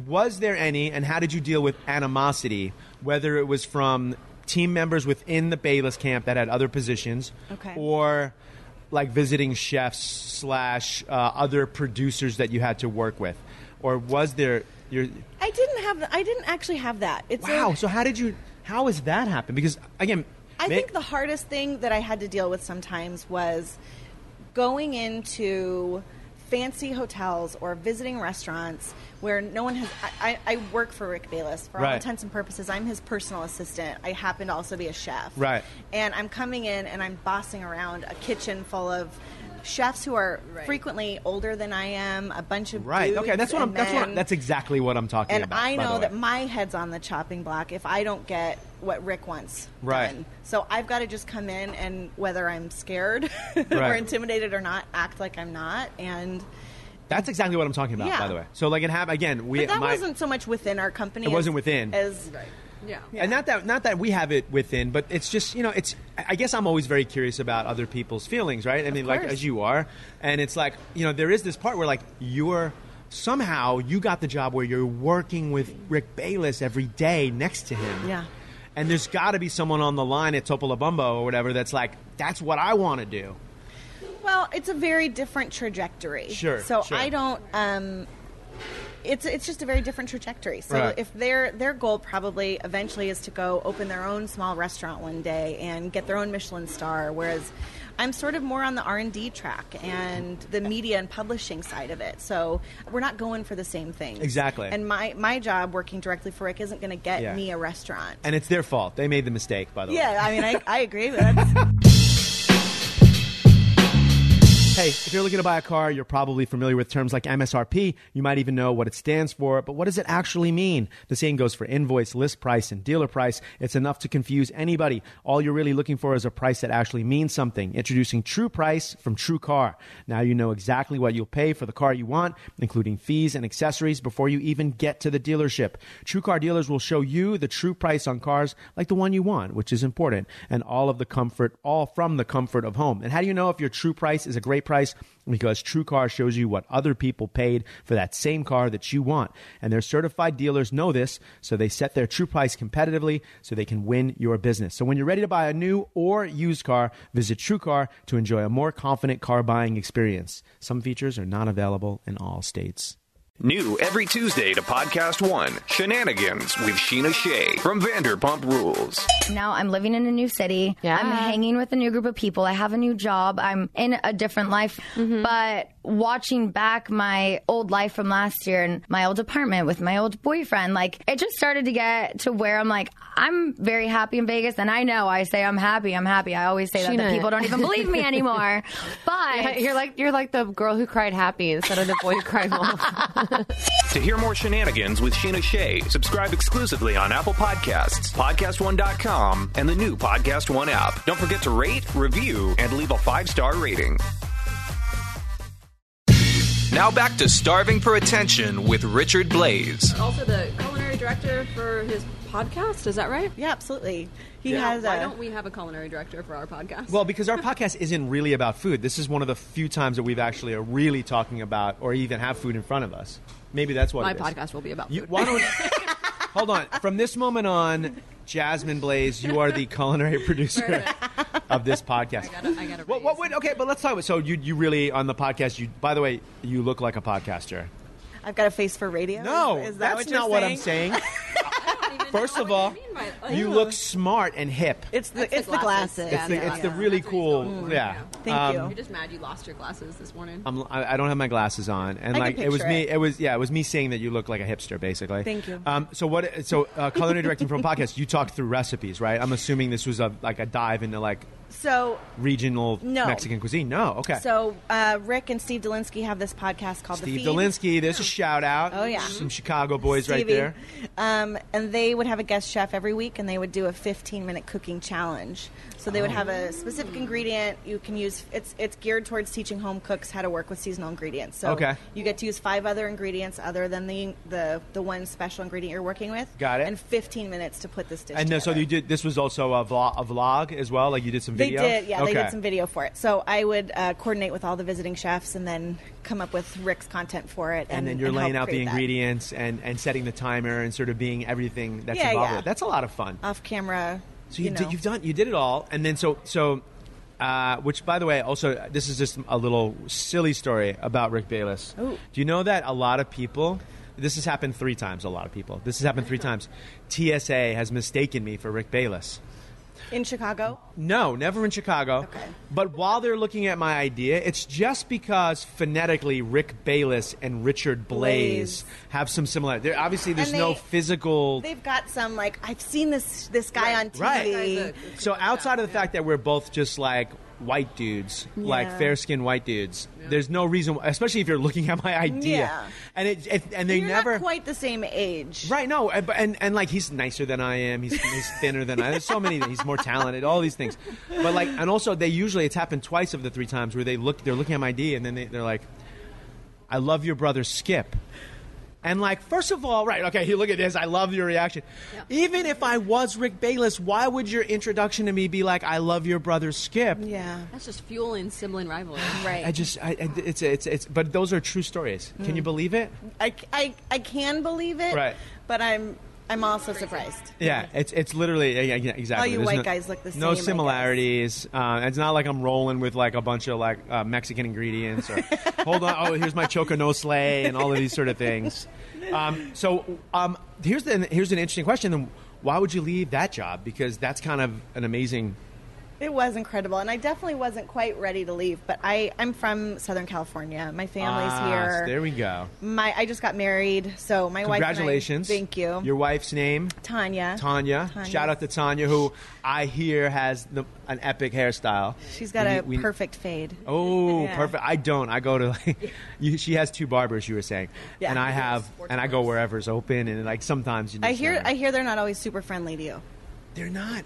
C: was there any and how did you deal with animosity whether it was from team members within the Bayless camp that had other positions
E: Okay.
C: or like visiting chefs slash uh, other producers that you had to work with or was there your
E: I didn't have the, I didn't actually have that. It's a-
C: wow so how did you how has that happened because again
E: I
C: ma-
E: think the hardest thing that I had to deal with sometimes was going into fancy hotels or visiting restaurants where no one has. I, I, I work for Rick Bayless for
C: Right.
E: all intents and purposes. I'm his personal assistant. I happen to also be a chef.
C: Right.
E: And I'm coming in and I'm bossing around a kitchen full of chefs who are
F: Right.
E: frequently older than I am. A bunch of
C: Right. Okay.
E: dudes
C: That's what I'm.
E: and
C: That's what.
E: men.
C: That's exactly what I'm talking
E: And
C: about.
E: I
C: by the
E: know
C: way.
E: that my head's on the chopping block if I don't get what Rick wants.
C: Right.
E: Done. So I've got to just come in and whether I'm scared or
C: Right.
E: intimidated or not, act like I'm not. And
C: That's exactly what I'm talking about.
E: Yeah.
C: By the way. So like it happened again. We
E: but that
C: my,
E: wasn't so much within our company.
C: It
E: as-
C: wasn't within.
E: As
F: Yeah.
C: And not that not that we have it within, but it's just you know it's. I I guess I'm always very curious about other people's feelings, right? I mean, like
E: course.
C: as you are, and it's like you know there is this part where like you're somehow you got the job where you're working with Rick Bayless every day next to him.
E: Yeah.
C: And there's got to be someone on the line at Topolobumbo or whatever that's like, that's what I want to do.
E: Well, it's a very different trajectory.
C: Sure,
E: So
C: sure.
E: I don't. Um, it's it's just a very different trajectory. So
C: Right.
E: if their their goal probably eventually is to go open their own small restaurant one day and get their own Michelin star, whereas I'm sort of more on the R and D track and the media and publishing side of it. So we're not going for the same things
C: Exactly.
E: And my my job working directly for Rick isn't going to get
C: Yeah.
E: me a restaurant.
C: And it's their fault. They made the mistake, by the way.
E: yeah, I mean, I, I agree with that.
C: Hey, if you're looking to buy a car, you're probably familiar with terms like MSRP. You might even know what it stands for, but what does it actually mean? The same goes for invoice, list price, and dealer price. It's enough to confuse anybody. All you're really looking for is a price that actually means something. Introducing True Price from True Car. Now you know exactly what you'll pay for the car you want, including fees and accessories, before you even get to the dealership. True Car dealers will show you the true price on cars like the one you want, which is important, and all of the comfort, all from the comfort of home. And how do you know if your true price is a great price? Because True Car shows you what other people paid for that same car that you want. And their certified dealers know this, so they set their true price competitively so they can win your business. So when you're ready to buy a new or used car, visit True Car to enjoy a more confident car buying experience. Some features are not available in all states.
A: New every Tuesday to Podcast One Shenanigans with Sheena Shea from Vanderpump Rules.
G: Now I'm living in a new city.
H: Yeah.
G: I'm hanging with a new group of people. I have a new job. I'm in a different life.
I: Mm-hmm.
G: But watching back my old life from last year and my old apartment with my old boyfriend, like it just started to get to where I'm like, I'm very happy in Vegas. And I know I say I'm happy, I'm happy. I always say that,
H: Sheena.
G: that people don't even believe me anymore. But
H: You're like you're like the girl who cried happy instead of the boy who cried wolf.
A: To hear more shenanigans with Sheena Shea, subscribe exclusively on Apple Podcasts, podcast1.com, and the new Podcast One app. Don't forget to rate, review, and leave a five star rating. Now back to Starving for Attention with Richard Blaze.
F: Also, the culinary director for his podcast. Is that right?
E: yeah, absolutely. He
F: Now,
E: has.
F: Why
E: a-
F: don't we have a culinary director for our podcast?
C: Well, because our podcast isn't really about food. This is one of the few times that we've actually are really talking about or even have food in front of us. Maybe that's what
F: my
C: it is.
F: podcast will be about
C: You,
F: food.
C: why don't? hold on. From this moment on, Jasmine Blaze, you are the culinary producer of this podcast.
F: I gotta- I gotta
C: What, what
F: raise-
C: would? Okay, but let's talk about. So you you really on the podcast? You by the way, you look like a podcaster.
E: I've got a face for radio.
C: No,
E: is, is that
C: that's
E: what you're
C: not what I'm saying.
F: I don't even
C: First
F: know
C: of
F: what
C: all,
F: you, mean by- like-
C: you look smart and hip.
E: It's the
F: That's
E: it's the glasses.
F: Yeah,
C: It's the,
F: yeah,
C: it's the
F: yeah.
C: really
F: That's what he's going
C: cool.
F: for,
C: Yeah.
E: Thank
C: Um,
E: you.
F: You're just mad you lost your glasses this morning.
C: I'm, I I don't have my glasses on, and
E: I
C: like
E: can
C: it was
E: picture
C: me.
E: it.
C: It was yeah, it was me saying that you look like a hipster, basically.
E: Thank you.
C: Um, so what? So uh, culinary directing from a podcast, you talked through recipes, right? I'm assuming this was a like a dive into like
E: So
C: regional
E: No.
C: Mexican cuisine. No, okay.
E: so uh, Rick and Steve Delinsky have this podcast called The
C: Steve
E: Feed.
C: Dolinsky, there's a shout out.
E: Oh, yeah.
C: some Chicago boys right
E: Stevie.
C: there.
E: Um, and they would have a guest chef every week, and they would do a 15 minute cooking challenge. So they would have
C: Oh.
E: a specific ingredient you can use. It's it's geared towards teaching home cooks how to work with seasonal ingredients. So
C: Okay.
E: you get to use five other ingredients other than the the the one special ingredient you're working with.
C: Got it.
E: And 15 minutes to put this dish.
C: And then, so
E: together.
C: you did. This was also a vlog, a vlog as well. Like you did some video.
E: They did, yeah.
C: Okay.
E: They did some video for it. So I would uh, coordinate with all the visiting chefs and then come up with Rick's content for it. And,
C: And then you're
E: and help
C: laying out the
E: create that.
C: ingredients and, and setting the timer and sort of being everything that's
E: Yeah,
C: involved.
E: yeah.
C: with it. That's a lot of fun.
E: off camera.
C: So you,
E: know.
C: did, you've done you did it all, and then so so, uh, which by the way, also this is just a little silly story about Rick Bayless.
E: Ooh.
C: Do you know that a lot of people? This has happened three times. A lot of people. This has happened three times. TSA has mistaken me for Rick Bayless
E: in Chicago.
C: No, never in Chicago.
E: Okay.
C: But while they're looking at my idea, it's just because phonetically Rick Bayless and Richard Blaze,
E: Blaze.
C: have some similarity. There obviously there's
E: And
C: no
E: they-
C: physical
E: They've got some like I've seen this this guy on TV.
C: Right. So outside of the fact that we're both just like white dudes, like
E: Yeah.
C: fair skinned white dudes, there's no reason, especially if you're looking at my idea.
E: Yeah.
C: And it, it and they
E: You're
C: never
E: not quite the same age.
C: Right, no, and, but- and and like he's nicer than I am. He's, he's thinner than I. There's so many. He's more talented. All these things, but like, and also they usually it's happened twice of the three times where they look, they're looking at my D, and then they, they're like, "I love your brother Skip," and like, first of all, right, okay, you look at this. I love your reaction. Even if I was Rick Bayless, why would your introduction to me be like, "I love your brother Skip"?
E: Yeah.
F: That's just fueling sibling rivalry.
E: Right.
C: I just, I, I- it's, it's, it's, but those are true stories. Can you believe it?
E: I, I, I can believe it.
C: Right.
E: But I'm I'm also surprised.
C: Yeah, it's it's literally yeah, yeah, exactly.
E: All you
C: There's
E: white
C: no,
E: guys look the
C: No
E: same, I
C: similarities. Uh, it's not like I'm rolling with like a bunch of like uh, Mexican ingredients or hold on. Oh, here's my choconosle and all of these sort of things. Um, so um, here's the here's an interesting question. Then why would you leave that job? Because that's kind of an amazing.
E: It was incredible, and I definitely wasn't quite ready to leave. But I I'm from Southern California. My family's
C: Ah,
E: here.
C: There we go.
E: My I just got married, so my wife. and I-
C: Congratulations.
E: thank you.
C: Your wife's name.
E: Tanya.
C: Tanya.
E: Tanya.
C: Shout out to Tanya, who I hear has the, an epic hairstyle.
E: She's got
C: We-
E: a
C: we-
E: perfect fade.
C: Oh,
E: Yeah.
C: perfect. I don't. I go to like, you, she has two barbers. You were saying,
E: Yeah.
C: and I
E: Yes,
C: have, and I go wherever's open, and like sometimes you.
E: I
C: just
E: hear
C: never-
E: I hear they're not always super friendly to you.
C: they're not.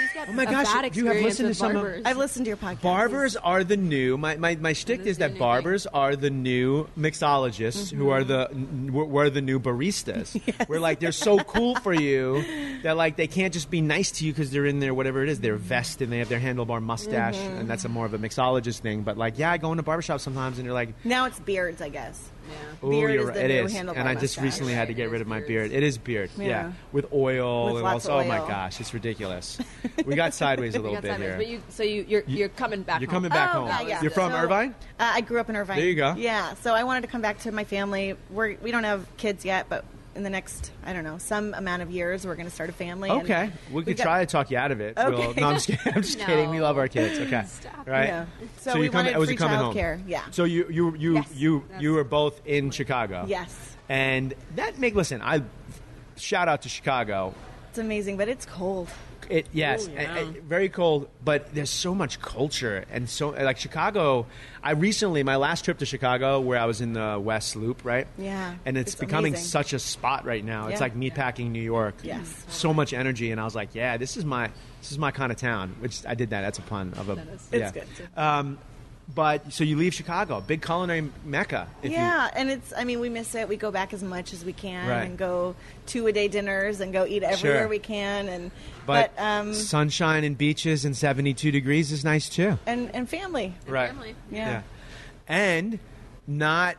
F: He's got
C: Oh my
F: a
C: gosh,
F: bad
C: you have
F: experience
C: listened
F: with
C: to some of-
F: barbers.
E: I've listened to your podcast.
C: barbers are the new. My my, my shtick
F: This
C: is
F: is the
C: that
F: new
C: barbers are the new mixologists, who
E: Mm-hmm.
C: are the n- n- we're the new baristas. We're like they're so cool for you that like they can't just be nice to you because they're in their whatever it is, their vest and they have their handlebar mustache,
E: Mm-hmm.
C: and that's a more of a mixologist thing. But like, yeah, I go into barbershops sometimes, and you're like.
E: Now it's beards, I guess.
F: Yeah.
C: Ooh,
E: Beard
C: you're
E: is
C: right.
E: the
C: It
E: new
C: is.
E: handlebar
C: and I just
E: mustache.
C: recently had to get
F: It
C: rid
F: is
C: of my
F: beard.
C: beard. It is beard, yeah,
E: Yeah.
C: with oil
E: With
C: and
E: lots
C: also.
E: of
C: Oh my
E: oil.
C: gosh, it's ridiculous. we got sideways a
F: We
C: little
F: got
C: bit
F: sideways,
C: here.
F: But you, so you, you're, you're coming back.
C: You're
F: home.
C: coming back home.
E: Oh, yeah, yeah.
C: Oh, You're from
E: So,
C: Irvine.
E: Uh, I grew up in Irvine.
C: There you go.
E: Yeah, so I wanted to come back to my family. We're we don't have kids yet, but in the next I don't know some amount of years we're going to start a family. and
C: Okay, we could
E: got-
C: try to talk you out of it.
E: Okay.
C: We'll, no, I'm just kidding. I'm just kidding. We love our kids. Okay, right.
E: Yeah. So
C: you
E: we
C: come- oh,
E: wanted
C: was
E: free
C: you coming home?
E: childcare, yeah.
C: So you you you
E: Yes.
C: you you were both in Chicago.
E: Yes.
C: And that make listen. I shout out to Chicago.
E: It's amazing, but it's cold.
C: It yes, a- a- very cold, but there's so much culture and so like Chicago. I recently my last trip to Chicago where I was in the West Loop, right?
E: Yeah,
C: and it's,
E: it's
C: becoming
E: amazing.
C: such a spot right now. It's
E: Yeah.
C: like meatpacking New York. Mm-hmm.
E: Yes.
C: so much energy, and I was like, yeah, this is my this is my kind of town. Which I did that. That's a pun of a.
E: It's
C: yeah.
E: good.
C: Um, but so you leave Chicago, big culinary mecca. If
E: yeah, and it's I mean we miss it. We go back as much as we can
C: Right.
E: and go two a day dinners and go eat everywhere we can and
C: You,
E: but,
C: but
E: um
C: sunshine and beaches and 72 degrees is nice too.
E: and and family.
C: Right.
F: Family.
E: Yeah.
C: And not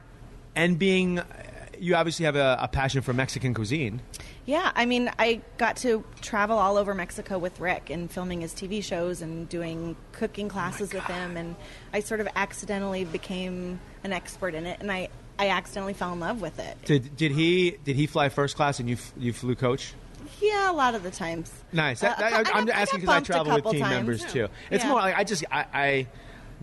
C: and being you obviously have a, a passion for Mexican cuisine.
E: Yeah, I mean, I got to travel all over Mexico with Rick and filming his TV shows and doing
C: Oh
E: cooking classes with him. And I sort of accidentally became an expert in it, and I, I accidentally fell in love with it.
C: Did did he did he fly first class and you f- you flew coach?
E: Yeah, a lot of the times.
C: Nice.
E: Uh,
C: That- that-
E: I got-
C: I'm
E: I got
C: asking because I
E: bumped a
C: travel with
E: couple
C: team
E: times.
C: members too. It's
E: Yeah.
C: more like I just I, I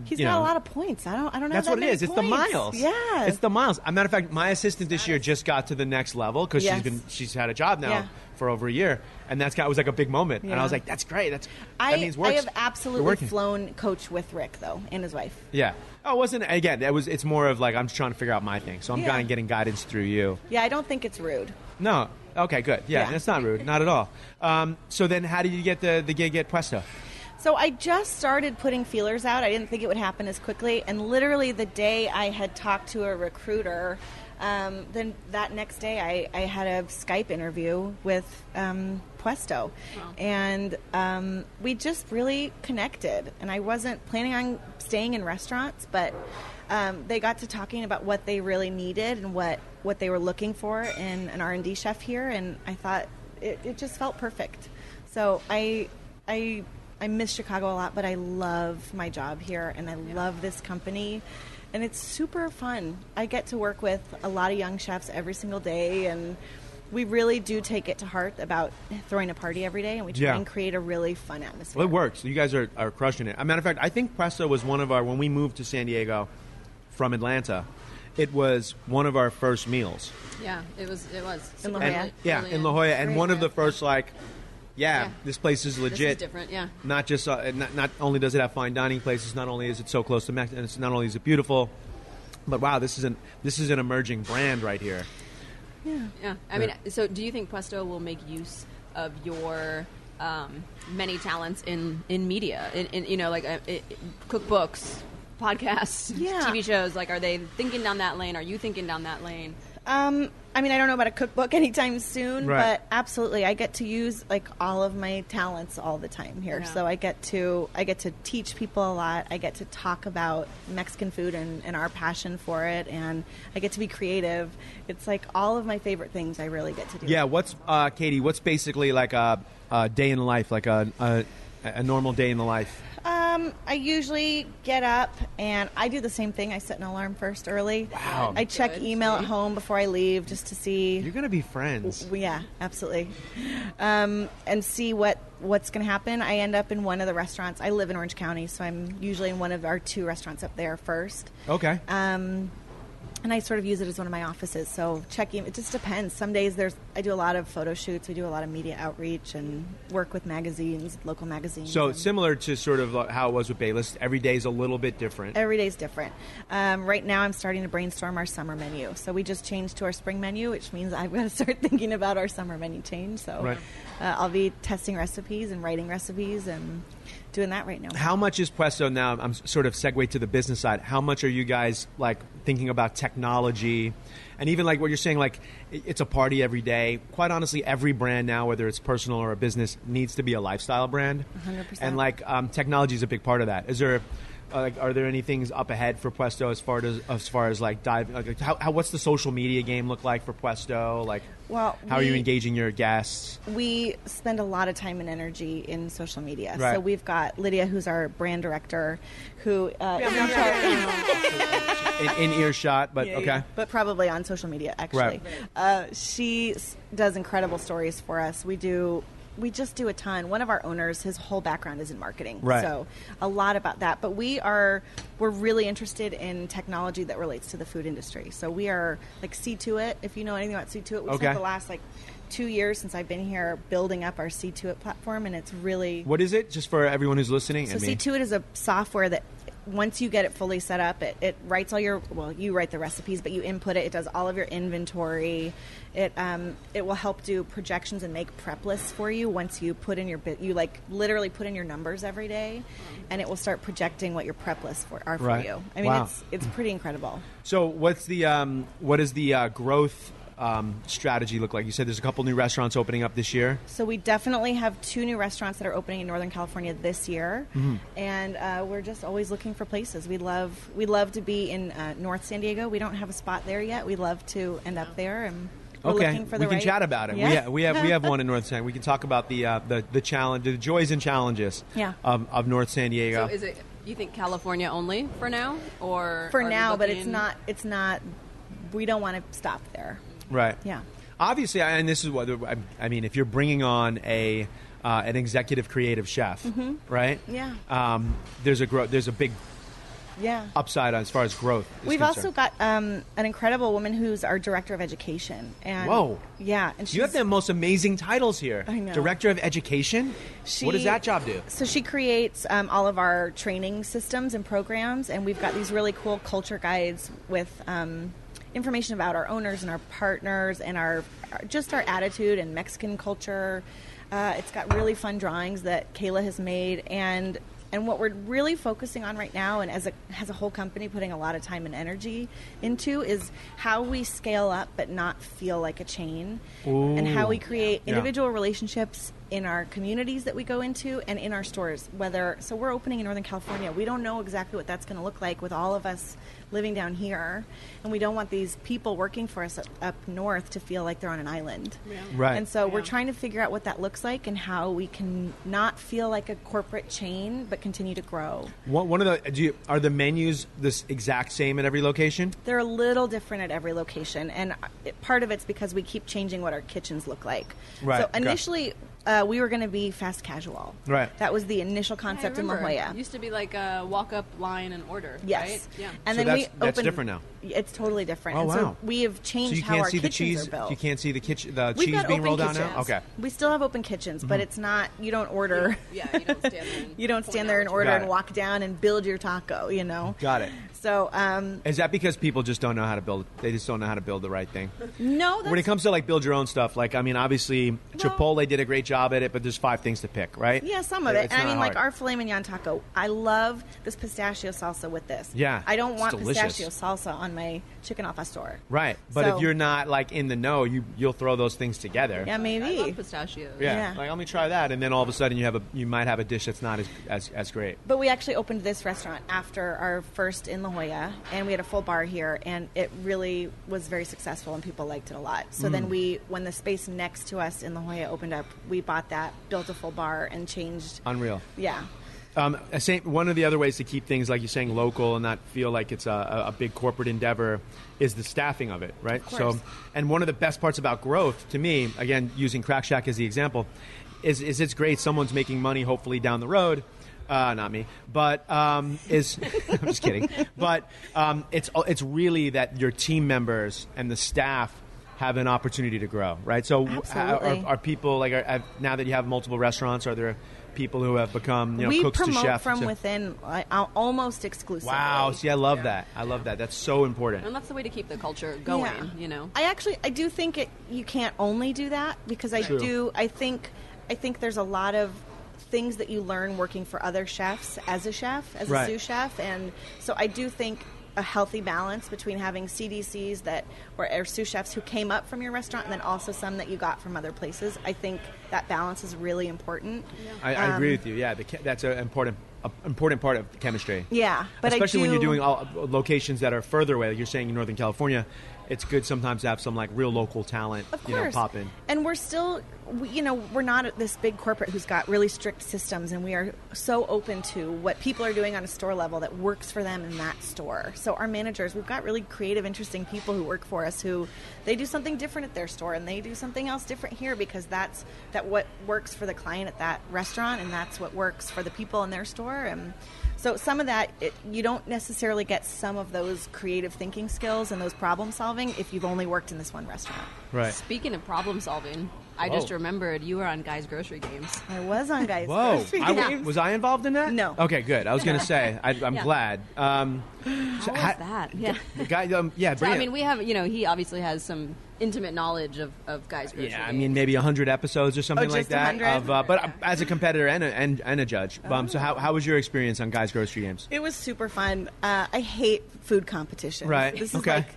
E: He's
C: you
E: got
C: know.
E: a lot of points. I don't. I don't know.
C: that's
E: that
C: what it
E: many
C: is. It's the
E: points.
C: miles.
E: Yeah.
C: it's the miles. As a matter of fact, my assistant this year just got to the next level because she's
E: Yes.
C: been she's had a job now
E: Yeah.
C: for over a year, and that's got it was like a big moment, and I
E: Yeah.
C: was like, that's great. That's
E: I,
C: that means works.
E: I have
C: They're
E: absolutely
C: working.
E: flown coach with Rick though and his wife.
C: Yeah. Oh, it wasn't again. That was. It's more of like I'm just trying to figure out my thing, so I'm
E: Yeah.
C: kind of getting guidance through you.
E: Yeah, I don't think it's rude.
C: No. Okay. Good. Yeah.
E: Yeah.
C: That's not rude. Not at all. Um, so then, how did you get the the gig at Presto?
E: So I just started putting feelers out. I didn't think it would happen as quickly. And literally the day I had talked to a recruiter, um, then that next day I, I had a Skype interview with um, Puesto, and um, we just really connected. And I wasn't planning on staying in restaurants, but um, they got to talking about what they really needed and what what they were looking for in an R and D chef here. And I thought it, it just felt perfect. So I I I miss Chicago a lot, but I love my job here and I love this company. And it's super fun. I get to work with a lot of young chefs every single day and we really do take it to heart about throwing a party every day, and we try
C: Yeah.
E: and create a really fun atmosphere.
C: Well, it works. You guys are, are crushing it. As a matter of fact, I think Presto was one of our, when we moved to San Diego from Atlanta, it was one of our first meals.
F: Yeah, it was. It was
E: In La
F: super
E: Jolla.
F: early-
C: Yeah,
F: early
C: in La Jolla. And
F: Great,
C: one of
F: yeah.
C: the first, like, yeah,
F: Yeah.
C: this place is legit.
F: This is different, yeah.
C: Not just, uh, not, not only does it have fine dining places, not only is it so close to Mexico, and it's not only is it beautiful, but wow, this is an, this is an emerging brand right here.
F: Yeah, I mean, so do you think Presto will make use of your um, many talents in in media, in, in you know, like uh, i cookbooks, podcasts,
E: Yeah.
F: TV shows? Like, are they thinking down that lane? Are you thinking down that lane?
E: Um, I mean, I don't know about a cookbook anytime soon,
C: Right.
E: but absolutely, I get to use like all of my talents all the time here.
F: Yeah.
E: So I get to I get to teach people a lot. I get to talk about Mexican food and, and our passion for it, and I get to be creative. It's like all of my favorite things. I really get to do.
C: Yeah, what's uh, Katie? What's basically like a, a day in the life, like a, a a normal day in the life?
E: Um, I usually get up and I do the same thing. I set an alarm first early.
C: Wow.
E: I check
F: Good.
E: email at home before I leave just to see.
C: You're gonna be friends.
E: Well, yeah, absolutely. Um, and see what what's going to happen. I end up in one of the restaurants. I live in Orange County, so I'm usually in one of our two restaurants up there first.
C: Okay.
E: Um, and I sort of use it as one of my offices. So checking, it just depends. Some days there's I do a lot of photo shoots. We do a lot of media outreach and work with magazines, local magazines.
C: so
E: and-
C: similar to sort of like how it was with Bayless, every day is a little bit different.
E: Every day's different. Um, right now, I'm starting to brainstorm our summer menu. So we just changed to our spring menu, which means I've got to start thinking about our summer menu change. So
C: Right.
E: uh, I'll be testing recipes and writing recipes and doing that right now.
C: How much is Presto now? I'm s- sort of segue to the business side. How much are you guys like thinking about technology, and even like what you're saying, like i- it's a party every day. Quite honestly, every brand now, whether it's personal or a business, needs to be a lifestyle brand.
E: 100%.
C: And like um, technology is a big part of that. Is there uh, like are there any things up ahead for Presto as far as as far as like dive? Like, how, how what's the social media game look like for Presto? Like,
E: Well,
C: how are you
E: we-
C: engaging your guests?
E: we spend a lot of time and energy in social media.
C: Right.
E: So we've got Lydia, who's our brand director, who uh, is in
C: In, in earshot, but okay.
E: but probably on social media actually
C: Right.
E: uh, she s- does incredible stories for us we do we just do a ton one of our owners his whole background is in marketing
C: Right.
E: so a lot about that but we are we're really interested in technology that relates to the food industry so we are like see to it if you know anything about see to it we
C: Okay.
E: spent the last like two years since i've been here building up our see to it platform and it's really
C: What is it? Just for everyone who's listening.
E: so
C: and me.
E: C2it is a software that once you get it fully set up, it, it writes all your well, you write the recipes, but you input it. It does all of your inventory. It um, it will help do projections and make prep lists for you once you put in your bit. You like literally put in your numbers every day, and it will start projecting what your prep lists for are for
C: Right.
E: you. I mean,
C: Wow.
E: it's it's pretty incredible.
C: So what's the um, what is the uh, growth um, strategy look like? You said there's a couple new restaurants opening up this year.
E: So we definitely have two new restaurants that are opening in Northern California this year,
C: Mm-hmm.
E: and uh, we're just always looking for places. We love we love to be in uh, North San Diego. We don't have a spot there yet. We love to end up there, and we're
C: okay,
E: looking for
C: we
E: the
C: can
E: right-
C: chat about it.
E: Yeah.
C: We, ha- we have we have one in North San. Diego. We can talk about the uh, the the challenge, the joys and challenges
E: Yeah.
C: of, of North San Diego.
F: So is it you think California only for now, or
E: for
F: are we
E: now, but it's
F: looking-
E: not it's not. We don't want to stop there.
C: Right.
E: Yeah.
C: Obviously, and this is what I- I mean. If you're bringing on a uh, an executive creative chef, right?
E: Mm-hmm. Yeah.
C: Um, there's a grow. There's a big
E: Yeah.
C: upside as far as growth. is
E: We've
C: concerned.
E: also got um, an incredible woman who's our director of education. And
C: Whoa.
E: Yeah, and she's,
C: You have the most amazing titles here.
E: I know.
C: Director of Education.
E: She,
C: what does that job do?
E: So she creates um, all of our training systems and programs, and we've got these really cool culture guides with um, information about our owners and our partners and our, our just our attitude and Mexican culture. Uh, it's got really fun drawings that Kayla has made, and and what we're really focusing on right now, and as a as a whole company, putting a lot of time and energy into is how we scale up but not feel like a chain, and how we create
C: Yeah.
E: individual relationships in our communities that we go into and in our stores. Whether so, we're opening in Northern California. We don't know exactly what that's going to look like with all of us living down here, and we don't want these people working for us up, up north to feel like they're on an island.
C: Right.
E: And so we're
F: Yeah.
E: trying to figure out what that looks like and how we can not feel like a corporate chain but continue to grow.
C: One, one of the do you, are the menus this exact same at every location?
E: They're a little different at every location, and it, part of it's because we keep changing what our kitchens look like.
C: Right,
E: So
C: okay.
E: initially, uh, we were going to be fast casual.
C: Right.
E: That was the initial concept in La Jolla.
F: Used to be like a walk up line and order.
E: yes.
F: Right? Yeah.
C: So
E: And then
C: that's-
E: we
C: that's
E: opened,
C: different now.
E: It's totally different.
C: Oh,
E: and
C: wow.
E: so we have
C: So
E: changed
C: you
E: how
C: can't
E: our
C: see the
E: kitchens
C: cheese.
E: are built.
C: You can't see the kitchen. The
E: We've
C: cheese
E: got
C: being
E: open
C: rolled out
E: kitchens.
C: now. Okay. Mm-hmm.
E: We still have open kitchens, but it's not. You don't order.
F: Yeah, you don't stand there. And
E: You don't
F: point
E: stand
F: out
E: there and
F: what
E: order
C: Got
E: and
C: it.
E: walk down and build your taco. You know.
C: Got it.
E: So um,
C: Is that because people just don't know how to build? They just don't know how to build the right thing.
E: no, that's
C: When it comes to like build your own stuff, like I mean, obviously Chipotle did a great job at it, but there's five things to pick, right?
E: Yeah, some of
C: It-
E: it.
C: it's
E: And I
C: not
E: mean, like
C: hard.
E: our filet mignon taco. I love this pistachio salsa with this.
C: Yeah,
E: I don't
C: it's
E: want
C: delicious.
E: pistachio salsa on my chicken al pastor.
C: Right, but
E: So-
C: if you're not like in the know, you you'll throw those things together.
E: Yeah,
F: I
E: maybe.
F: love pistachios.
C: Yeah.
E: Yeah.
C: Like let me try that, and then all of a sudden you have a you might have a dish that's not as as, as great.
E: But we actually opened this restaurant after our first in La Jolla, and we had a full bar here, and it really was very successful, and people liked it a lot. So
C: Mm.
E: then we, when the space next to us in La Jolla opened up, we bought that, built a full bar, and changed.
C: Unreal.
E: Yeah.
C: Um, a same, one of the other ways to keep things, like you're saying, local and not feel like it's a, a, a big corporate endeavor is the staffing of it, right?
E: course.
C: and one of the best parts about growth, to me, again, using Crack Shack as the example, is, is it's great. Someone's making money, hopefully, down the road. Uh, not me, but um, is I'm just kidding. But um, it's it's really that your team members and the staff have an opportunity to grow, right? So uh,
E: Absolutely.
C: are, are people like are, have, now that you have multiple restaurants, are there people who have become you know,
E: we
C: cooks to
E: promote
C: chef
E: from
C: to-
E: within, like, al- almost exclusively.
C: Wow! See, I love that. I love that. That's so
F: And
C: important.
F: that's the way to keep the culture going,
E: Yeah.
F: you know?
E: I actually I do think it you can't only do that because I do I think I think there's a lot of things that you learn working for other chefs as a chef, as
C: Right.
E: a sous chef and so I do think a healthy balance between having CDCs that or, or sous chefs who came up from your restaurant and then also some that you got from other places. I think that balance is really important.
C: I, I
E: um,
C: agree with you. Yeah, the, che- that's an important, a, important part of chemistry.
E: Yeah, but I
C: especially when you're
E: do-
C: doing all locations that are further away. Like you're saying in Northern California, it's good sometimes to have some like real local talent,
E: Of
C: you
E: course.
C: know, pop in.
E: And we're still, we, you know, we're not this big corporate who's got really strict systems, and we are so open to what people are doing on a store level that works for them in that store. So our managers, we've got really creative, interesting people who work for us who they do something different at their store and they do something else different here because that's that what works for the client at that restaurant and that's what works for the people in their store and. So some of that it, you don't necessarily get some of those creative thinking skills and those problem solving if you've only worked in this one restaurant.
C: Right.
F: Speaking of problem solving, I just remembered you were on Guy's Grocery Games.
E: I was on guys.
C: Whoa!
E: Grocery
C: I w-
E: Games.
C: was I involved in that?
E: No.
C: Okay, good. I was gonna say I, I'm
F: Yeah.
C: glad. Um,
F: How was that? Yeah.
C: the guy, um, yeah,
F: So, I
C: brilliant.
F: mean, we have, you know, he obviously has some intimate knowledge of, of Guy's Grocery
C: Yeah, I
F: Games.
C: mean maybe hundred episodes or something
E: Oh,
C: like
E: just
C: that.
E: 100?
C: Of, uh, but uh, as a competitor and a, and, and a judge,
E: Oh.
C: um, so how, how was your experience on Guys Grocery Games?
E: It was super fun. Uh, I hate food competitions.
C: Right,
E: This is
C: okay.
E: like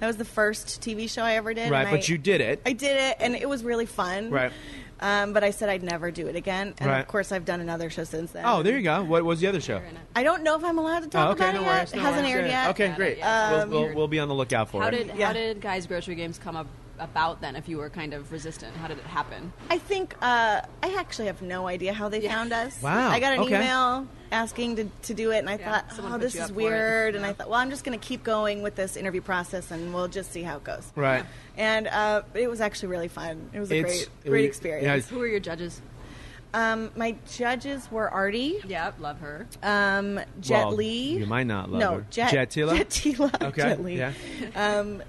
E: that was the first TV show I ever did.
C: Right,
E: and
C: but
E: I-
C: you did it.
E: I did it, and it was really fun.
C: Right.
E: Um, but I said I'd never do it again, and
C: Right.
E: of course I've done another show since then.
C: Oh, there you go. What was the other show?
E: I don't know if I'm allowed to
C: Oh,
E: talk
C: okay,
E: about
C: no
E: it yet.
C: worries.
E: it
C: no
E: hasn't
C: worries.
E: aired
C: Yeah.
E: yet. Um,
C: Okay, great. we'll, we'll, we'll be on the lookout for
F: how
C: it.
F: did how
E: Yeah.
F: did Guy's Grocery Games come ab- about then? If you were kind of resistant, how did it happen?
E: I think uh, I actually have no idea how they found us.
C: Wow,
E: I got an
C: okay.
E: email asking to, to do it, and I
F: Yeah,
E: thought,
F: someone
E: oh,
F: put
E: this
F: you
E: is
F: up for it,
E: weird. And
F: yeah.
E: I thought, well, I'm just going to keep going with this interview process, and we'll just see how it goes.
C: Right.
E: And uh, it was actually really fun. It was a
C: It's-
E: great, great
C: it-
E: experience.
F: Who were your judges?
E: Um, my judges were Artie,
F: Yep, love her. Uh,
E: um, Jet
C: Well,
E: Li.
C: you might not love
E: no,
C: her.
E: Jet,
C: Jet Tila?
E: Jet Tila.
C: Okay,
E: Jet Li.
C: yeah.
E: Um,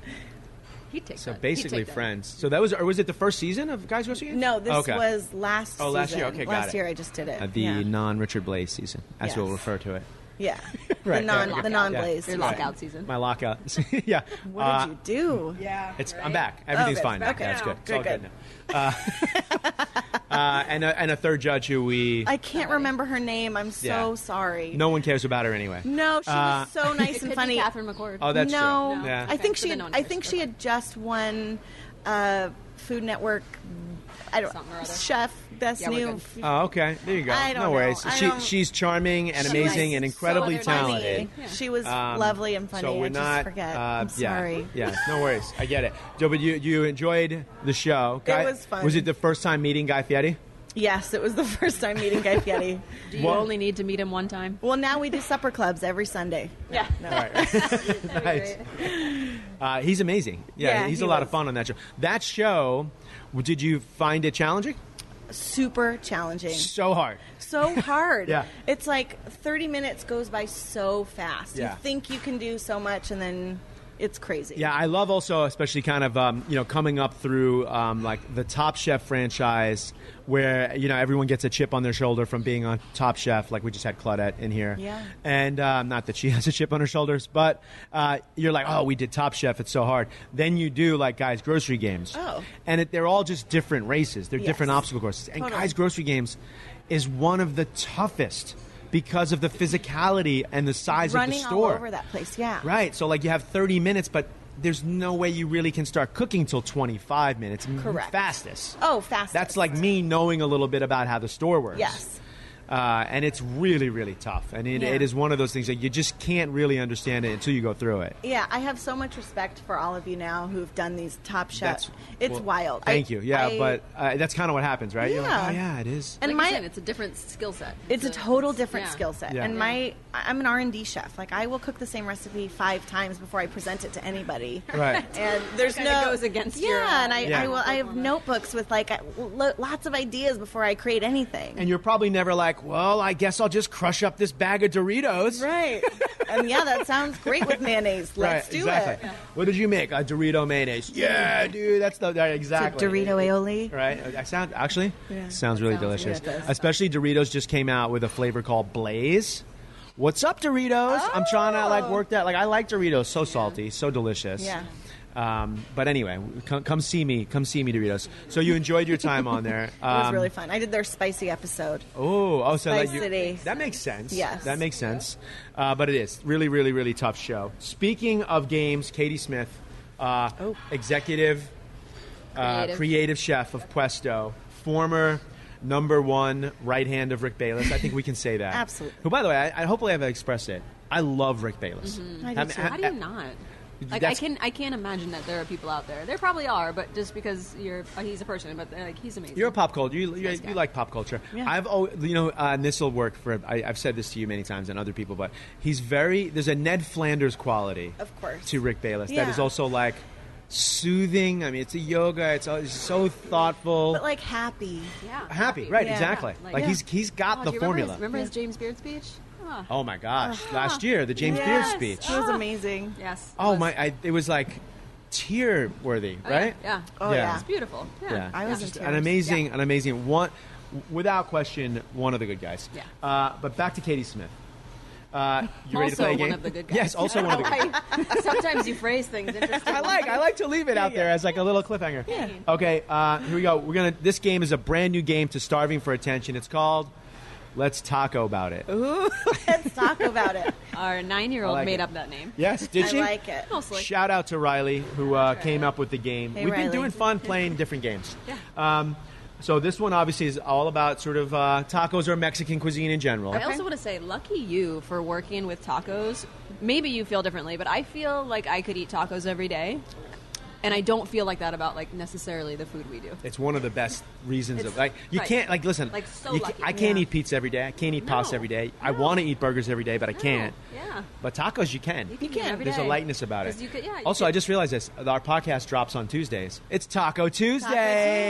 F: He takes
C: So basically, friends. So that was, or was it the first season of Guys Grocery Games?
E: no, this
C: Okay.
E: was last.
C: Oh, last year.
E: season.
C: Okay, got
E: last
C: it.
E: year I just did it.
C: Uh, the
E: yeah.
C: non-Richard Blaze season. That's what we'll
E: Yes.
C: refer to it.
E: yeah.
C: Right,
E: the
C: yeah,
E: non
C: okay.
E: the non blaze.
F: Your lockout season.
C: My lockout. yeah.
E: What
C: Uh,
E: did you do?
F: yeah,
C: It's, I'm back. Everything's
E: it's
C: fine.
E: back
C: now.
E: now.
C: That's good. It's
E: Oh, Good,
C: all good,
E: good.
C: now. Uh, uh, and, a, and a third judge who we
E: I can't remember her name. I'm so
C: Yeah.
E: sorry.
C: no one cares about her anyway.
E: no, she
C: Uh,
E: was so nice and funny.
F: Catherine McCord.
C: Oh, that's
E: no,
C: true. Yeah.
E: I
F: Okay,
E: think
F: so then
E: she. Had,
F: no one
E: I
F: cares.
E: think she had just won uh, Food Network I don't
F: Something or other.
E: chef. That's
F: Yeah, we're
E: new.
F: good.
C: Oh, okay. There you go.
E: I don't
C: no
E: know.
C: worries.
E: I
C: She
E: don't-
C: she's charming and
E: She
C: amazing
E: was
C: and
E: so
C: incredibly
F: other than me.
C: talented.
F: Yeah.
E: She was
C: Um,
E: lovely and funny.
C: So we're
E: I just
C: not.
E: forget.
C: uh,
E: I'm
C: yeah,
E: sorry.
C: Yeah, no worries. I get it. Joe, but you you enjoyed the show. Guy,
E: was fun.
C: Was it the first time meeting Guy Fieri?
E: Yes, it was the first time meeting Guy Fieri.
F: Do you
C: Well-
F: only need to meet him one time?
E: well, now we do supper clubs every Sunday.
F: Yeah.
C: Nice. Uh, he's amazing. Yeah,
E: Yeah,
C: he's
E: he
C: a lot of
E: was.
C: fun on that show. That show, w- did you find it challenging?
E: Mm. Super challenging.
C: So hard.
E: so hard.
C: Yeah.
E: It's like 30 minutes goes by so fast.
C: Yeah.
E: You think you can do so much and then it's crazy.
C: Yeah, I love also, especially kind of um, you know coming up through um, like the Top Chef franchise, where you know everyone gets a chip on their shoulder from being on Top Chef. Like we just had Claudette in here,
E: Yeah.
C: and um, not that she has a chip on her shoulders, but uh, you're like, oh, we did Top Chef, it's so hard. Then you do like guys' grocery games,
E: Oh.
C: and it, they're all just different races, they're
E: Yes.
C: different obstacle courses, and
E: Totally.
C: guys' grocery games is one of the toughest because of the physicality and the size
E: Running
C: of the store.
E: all over that place. Yeah.
C: Right. So like you have 30 minutes, but there's no way you really can start cooking till 25 minutes. m-
E: Correct.
C: Fastest.
E: Oh, fast.
C: That's like me knowing a little bit about how the store works.
E: Yes.
C: Uh, and it's really, really tough. And it,
E: Yeah.
C: it is one of those things that you just can't really understand it until you go through it.
E: Yeah, I have so much respect for all of you now who've done these top shots.
C: That's-
E: It's
C: well,
E: wild.
C: Thank
E: I-
C: you. Yeah,
E: I-
C: but uh, that's kind of what happens, right? You're like,
E: Yeah.
C: oh, yeah, it is.
E: and
F: Like
E: my
F: you said, it's a different skill set.
E: it's a total different
F: yeah.
E: skill set.
C: Yeah.
E: And
C: Yeah.
E: my I'm an R&D chef. Like I will cook the same recipe 5 times before I present it to anybody.
C: Right.
E: And there's
F: Kinda
E: no
F: goes against
E: yeah,
F: your, uh,
E: and I,
C: Yeah.
E: I will. I have
F: performance.
E: notebooks with like I- lo- lots of ideas before I create anything.
C: And you're probably never like, well, I guess I'll just crush up this bag of Doritos.
E: Right. and yeah, that sounds great with mayonnaise. Let's
C: Right,
E: do
C: exactly.
E: it.
C: What did you make? A Dorito mayonnaise. Yeah, dude, that's the right, exactly.
E: Dorito aioli.
C: Right? I sound actually
E: Yeah.
C: sounds really
E: Sounds
C: delicious.
E: good.
C: Especially Doritos just came out with a flavor called Blaze. What's up, Doritos? I'm trying to like work that. Like I like Doritos, so salty, so delicious.
E: Yeah.
C: Um, but anyway, come, come see me. Come see me, Doritos. So you enjoyed your time on there.
E: It
C: Um,
E: was really fun. I did their spicy episode.
C: Oh, oh, so
E: Spice
C: like you-
E: City.
C: that makes sense.
E: Yes.
C: that makes sense. Uh, but it is really, really, really tough show. Speaking of games, Katie Smith, uh,
E: Oh.
C: executive, uh,
F: Creative.
C: creative chef of Puesto, former number one right hand of Rick Bayless. I think we can say that.
E: Absolutely.
C: Who, by the way, I, I hopefully have expressed it. I love Rick Bayless.
E: I did
C: I'm-
E: too.
C: I-
F: How do you not? Like I
C: That's-
F: can I can't imagine that there are people out there. There probably are, but just because you're uh, he's a person, but uh, like he's amazing.
C: You're a pop culture. You, you,
F: Nice guy.
C: you like pop culture.
E: Yeah.
C: I've always, you know, uh, and this will work for. I, I've said this to you many times and other people, but he's very. There's a Ned Flanders quality,
E: Of course.
C: to Rick Bayless that
E: Yeah.
C: is also like soothing. I mean, it's a yoga. It's, all, it's so thoughtful.
E: But like happy.
F: yeah,
C: happy, right?
E: Yeah.
C: Exactly.
F: Yeah, like-
C: Like, he's he's got
F: Oh,
C: the
F: do you
C: formula.
F: Remember, his, remember his James Beard speech? Ah.
C: oh my gosh! Last year, the James
E: yes.
C: Beard speech.
E: It was amazing.
F: Yes. it
C: Oh
F: was.
C: my! I, it was like tear worthy,
F: Oh, yeah,
C: right?
F: Yeah.
E: Oh
C: Yeah.
E: yeah.
F: It's beautiful. Yeah.
C: Yeah.
E: I was in
C: Just
E: tears.
C: an amazing, an amazing one, without question, one of the good guys.
F: Yeah.
C: Uh, but back to Katie Smith. Uh, you ready
F: Also
C: to play a
F: one
C: game?
F: of the good guys.
C: Yes, also one of the good guys.
F: I- sometimes you phrase things interesting.
C: I like, I like to leave it out there as like a little cliffhanger. Okay, uh, here we go. We're gonna. This game is a brand new game to Starving for Attention. It's called Let's Taco About It.
E: Let's talk about it.
F: Our nine-year-old
C: I like
F: made
C: it.
F: up that name.
C: Yes, did
E: I
C: she?
E: like it.
F: Mostly.
C: Shout out to Riley who uh, came up with the game.
E: Hey,
C: We've been
E: Riley.
C: doing fun playing different games. Yeah. Um, so this one obviously is all about sort of uh, tacos or Mexican cuisine in general.
F: I also want to say, lucky you for working with tacos. Maybe you feel differently, but I feel like I could eat tacos every day, and I don't feel like that about like necessarily the food we do.
C: It's one of the best reasons of
F: It's-
C: like you
F: right.
C: can't like listen.
F: Like, so
C: you ca-
F: lucky.
C: I can't
F: Yeah.
C: eat pizza every day. I can't eat pasta
F: No.
C: every day. I
F: No.
C: want to eat burgers every day, but I
F: No.
C: can't.
F: Yeah.
C: But tacos, you can.
F: You can You can. every
C: There's a
F: day.
C: lightness about it.
F: 'Cause you could- yeah, you
C: also, I
F: could-
C: just realized this. Our podcast drops on Tuesdays. It's Taco Tuesday.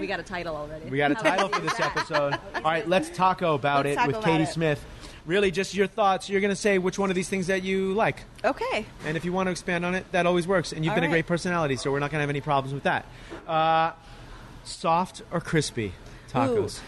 F: We got a title already.
C: We got a
F: How
C: title
F: easy
C: for
F: is
C: this
F: that?
C: episode. All right, let's taco about it
E: Let's taco
C: with
E: about
C: Katie
E: it.
C: Smith. Really, just your thoughts. You're going to say which one of these things that you like.
E: Okay.
C: And if you want to expand on it, that always works. And you've
E: All
C: been a
E: right.
C: great personality, so we're not going to have any problems with that. Uh, soft or crispy tacos?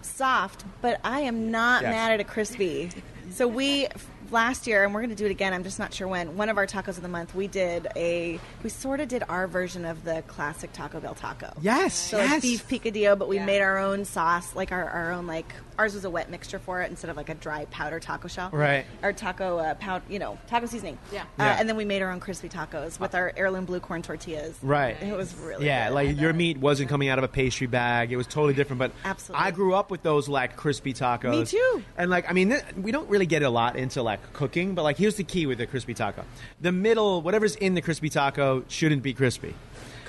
E: Soft, but I am not
C: Yes.
E: mad at a crispy. So we f- last year, and we're going to do it again. I'm just not sure when. One of our tacos of the month, we did a, we sort of did our version of the classic Taco Bell taco.
C: Yes,
E: so
C: yes.
E: like beef picadillo, but we made our own sauce, like our, our own like ours was a wet mixture for it instead of like a dry powder taco shell,
C: Right.
E: Or taco uh, pound, you know, taco seasoning.
F: Yeah.
E: Uh,
C: Yeah.
E: And then we made our own crispy tacos with our heirloom blue corn tortillas.
C: Right.
E: It was really
C: yeah,
E: good.
C: like your meat wasn't coming out of a pastry bag. It was totally different. But
E: Absolutely.
C: I grew up with those like crispy tacos.
E: Me too.
C: And like, I mean, th- we don't really get a lot into like cooking, but like, here's the key with the crispy taco: the middle, whatever's in the crispy taco, shouldn't be crispy.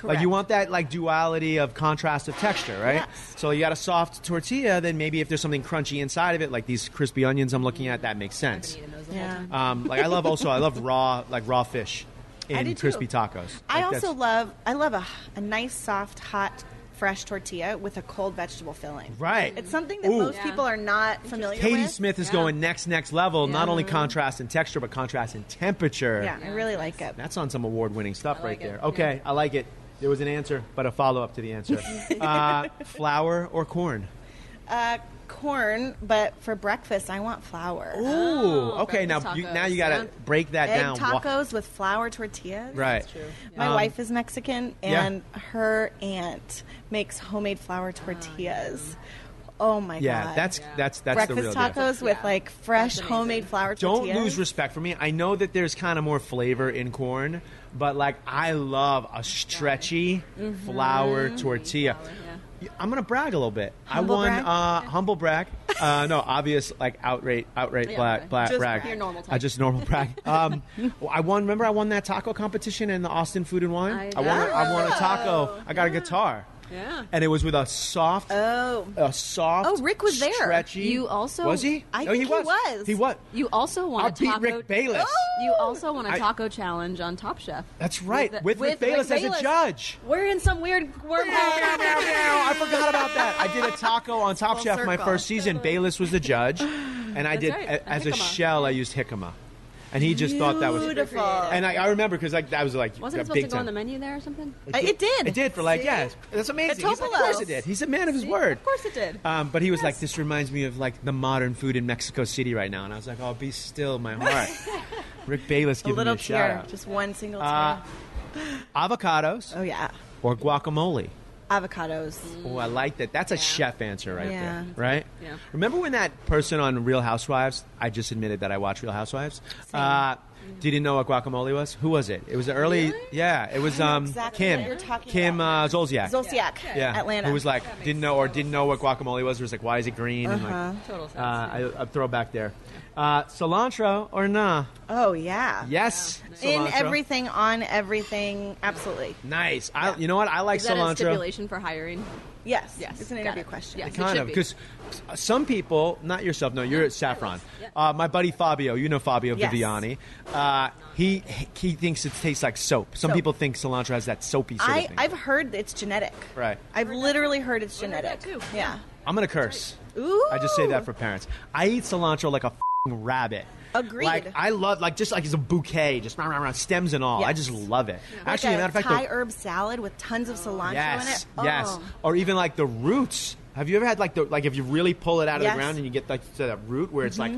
C: Like you
E: Correct.
C: want that like duality of contrast of texture, right?
E: Yes.
C: So you got a soft tortilla, then maybe if there's something crunchy inside of it, like these crispy onions I'm looking at, that makes sense.
F: Eating those the whole
E: Yeah.
F: time.
C: Um, like I love also I love raw like raw fish
E: I
C: in
E: do, too.
C: crispy tacos.
E: I
C: Like,
E: also
C: that's-
E: love I love a, a nice soft hot fresh tortilla with a cold vegetable filling.
C: Right.
E: It's something that
C: Ooh.
E: most
F: Yeah.
E: people are not familiar
C: Katie
E: with.
C: Smith is
F: Yeah.
C: going next, next level. Not
F: Yeah.
C: only contrast and texture, but contrast and temperature.
E: Yeah, I really like it.
C: That's on some award winning stuff
F: I
C: right
F: like it.
C: there. Okay, I like it. There was an answer, but a follow up to the answer. uh, flour or corn?
E: Uh, corn, but for breakfast I want flour.
C: Ooh, okay. Now
F: breakfast
C: you,
F: tacos.
C: now you got to
F: Yeah.
C: break that
E: Egg
C: down. Wha-
E: tacos with flour tortillas.
C: Right. Um,
E: My wife is Mexican
C: Yeah.
E: and her aunt makes homemade flour tortillas. Oh my
C: Yeah,
E: god.
C: that's that's that's the real
E: breakfast
C: deal.
E: tacos with like fresh homemade flour
C: Don't
E: tortillas.
C: lose respect for me. I know that there's kind of more flavor in corn, but like I love a stretchy flour tortilla. Y- I'm gonna brag a little bit.
E: Humble
C: I won
E: brag?
C: uh, humble brag. Uh, no, obvious like outright outright
F: Yeah,
C: black
F: okay.
C: black
E: Just
C: brag.
F: your normal
C: Uh,
F: type.
C: just normal brag. Um, well, I won. Remember, I won that taco competition in the Austin Food and Wine.
F: I
C: won. A, I won a
F: know.
C: taco. I got a guitar.
F: Yeah.
C: And it was with a soft.
E: Oh.
C: A soft.
F: Oh, Rick was there.
C: Stretchy.
F: You also-
C: was he?
E: I
C: no,
E: think
C: he
E: he
C: was.
E: was.
C: He was.
F: You also want
C: I
F: a taco. Oh!
C: beat Rick Bayless.
F: You also want
C: I-
F: a taco challenge on Top Chef.
C: That's right,
F: the-
C: with Rick Bayless as a judge.
F: We're in some weird wormhole.
C: I forgot about that. I did a taco on Top
E: Full
C: Chef my
E: circle.
C: first season. Bayless was the judge, and I did
F: right,
C: a-
F: a
C: as a
F: jicama.
C: shell. I used jicama, and he just thought that was.
E: beautiful.
C: And I, I remember because like that was like
F: Wasn't
C: a
F: it supposed
C: big
F: to go on
C: time.
F: the menu there or something?
E: Uh, It did.
C: It did for like yeah, that's amazing.
E: A
C: He's like, of course
E: Topolo's.
C: it did. He's a man of his word.
E: Of course it did.
C: Um, but he was like, "This reminds me of like the modern food in Mexico City right now," and I was like, "Oh, be still, my heart." Rick Bayless
E: a
C: giving me
E: little
C: a shout
E: tear,
C: out.
E: just one single tear.
C: Uh, avocados
E: oh yeah,
C: or guacamole?
E: avocados.
C: Oh, I like that. That's a chef answer right
E: Yeah.
C: there, right?
F: Yeah.
C: Remember when that person on Real Housewives? I just admitted that I watch Real Housewives. Uh, didn't know what guacamole was. Who was it? It was the early. Yeah, it was
E: I know
C: um,
E: exactly
C: Kim.
E: what you're talking
C: Kim
E: about.
C: Uh, Zolciak.
E: Zolciak,
C: Yeah,
E: Atlanta.
C: Who was like didn't know or didn't know what guacamole was? Was like, why is it green?
E: Uh-huh.
C: And like,
F: Total sense.
C: uh, I, I throw back there. Uh, cilantro or nah?
E: oh yeah,
C: Yes.
E: in
C: cilantro.
E: everything, on everything, absolutely.
C: Nice. I, You know what? I like
F: Is that
C: cilantro.
F: a stipulation for hiring?
E: Yes,
F: Yes,
E: It's an
F: got
E: interview
F: it.
E: question.
F: Yes.
C: kind
F: should
C: of
F: be.
C: because some people not yourself no you're at saffron
F: Yeah.
C: uh, my buddy fabio you know fabio
E: Yes.
C: viviani uh, he he thinks it tastes like soap some
E: Soap.
C: people think cilantro has that soapy sort of
E: I
C: thing
E: I've heard it's genetic.
C: Right.
E: I've literally heard it's
F: heard that
E: genetic.
F: too.
E: Yeah.
C: i'm gonna curse
E: Ooh.
C: i just say that for parents i eat cilantro like a fing rabbit
E: Agreed.
C: Like I love, like just like it's a bouquet, just round, round, round, stems and all. I
E: Yes.
C: just love it.
E: Like
C: Actually,
E: a
C: matter of fact,
E: Thai
C: the-
E: herb salad with tons of cilantro in it.
C: Yes,
E: Oh.
C: yes. Or even like the roots. Have you ever had like the like if you really pull it out of
E: Yes.
C: the ground and you get like to that root where it's like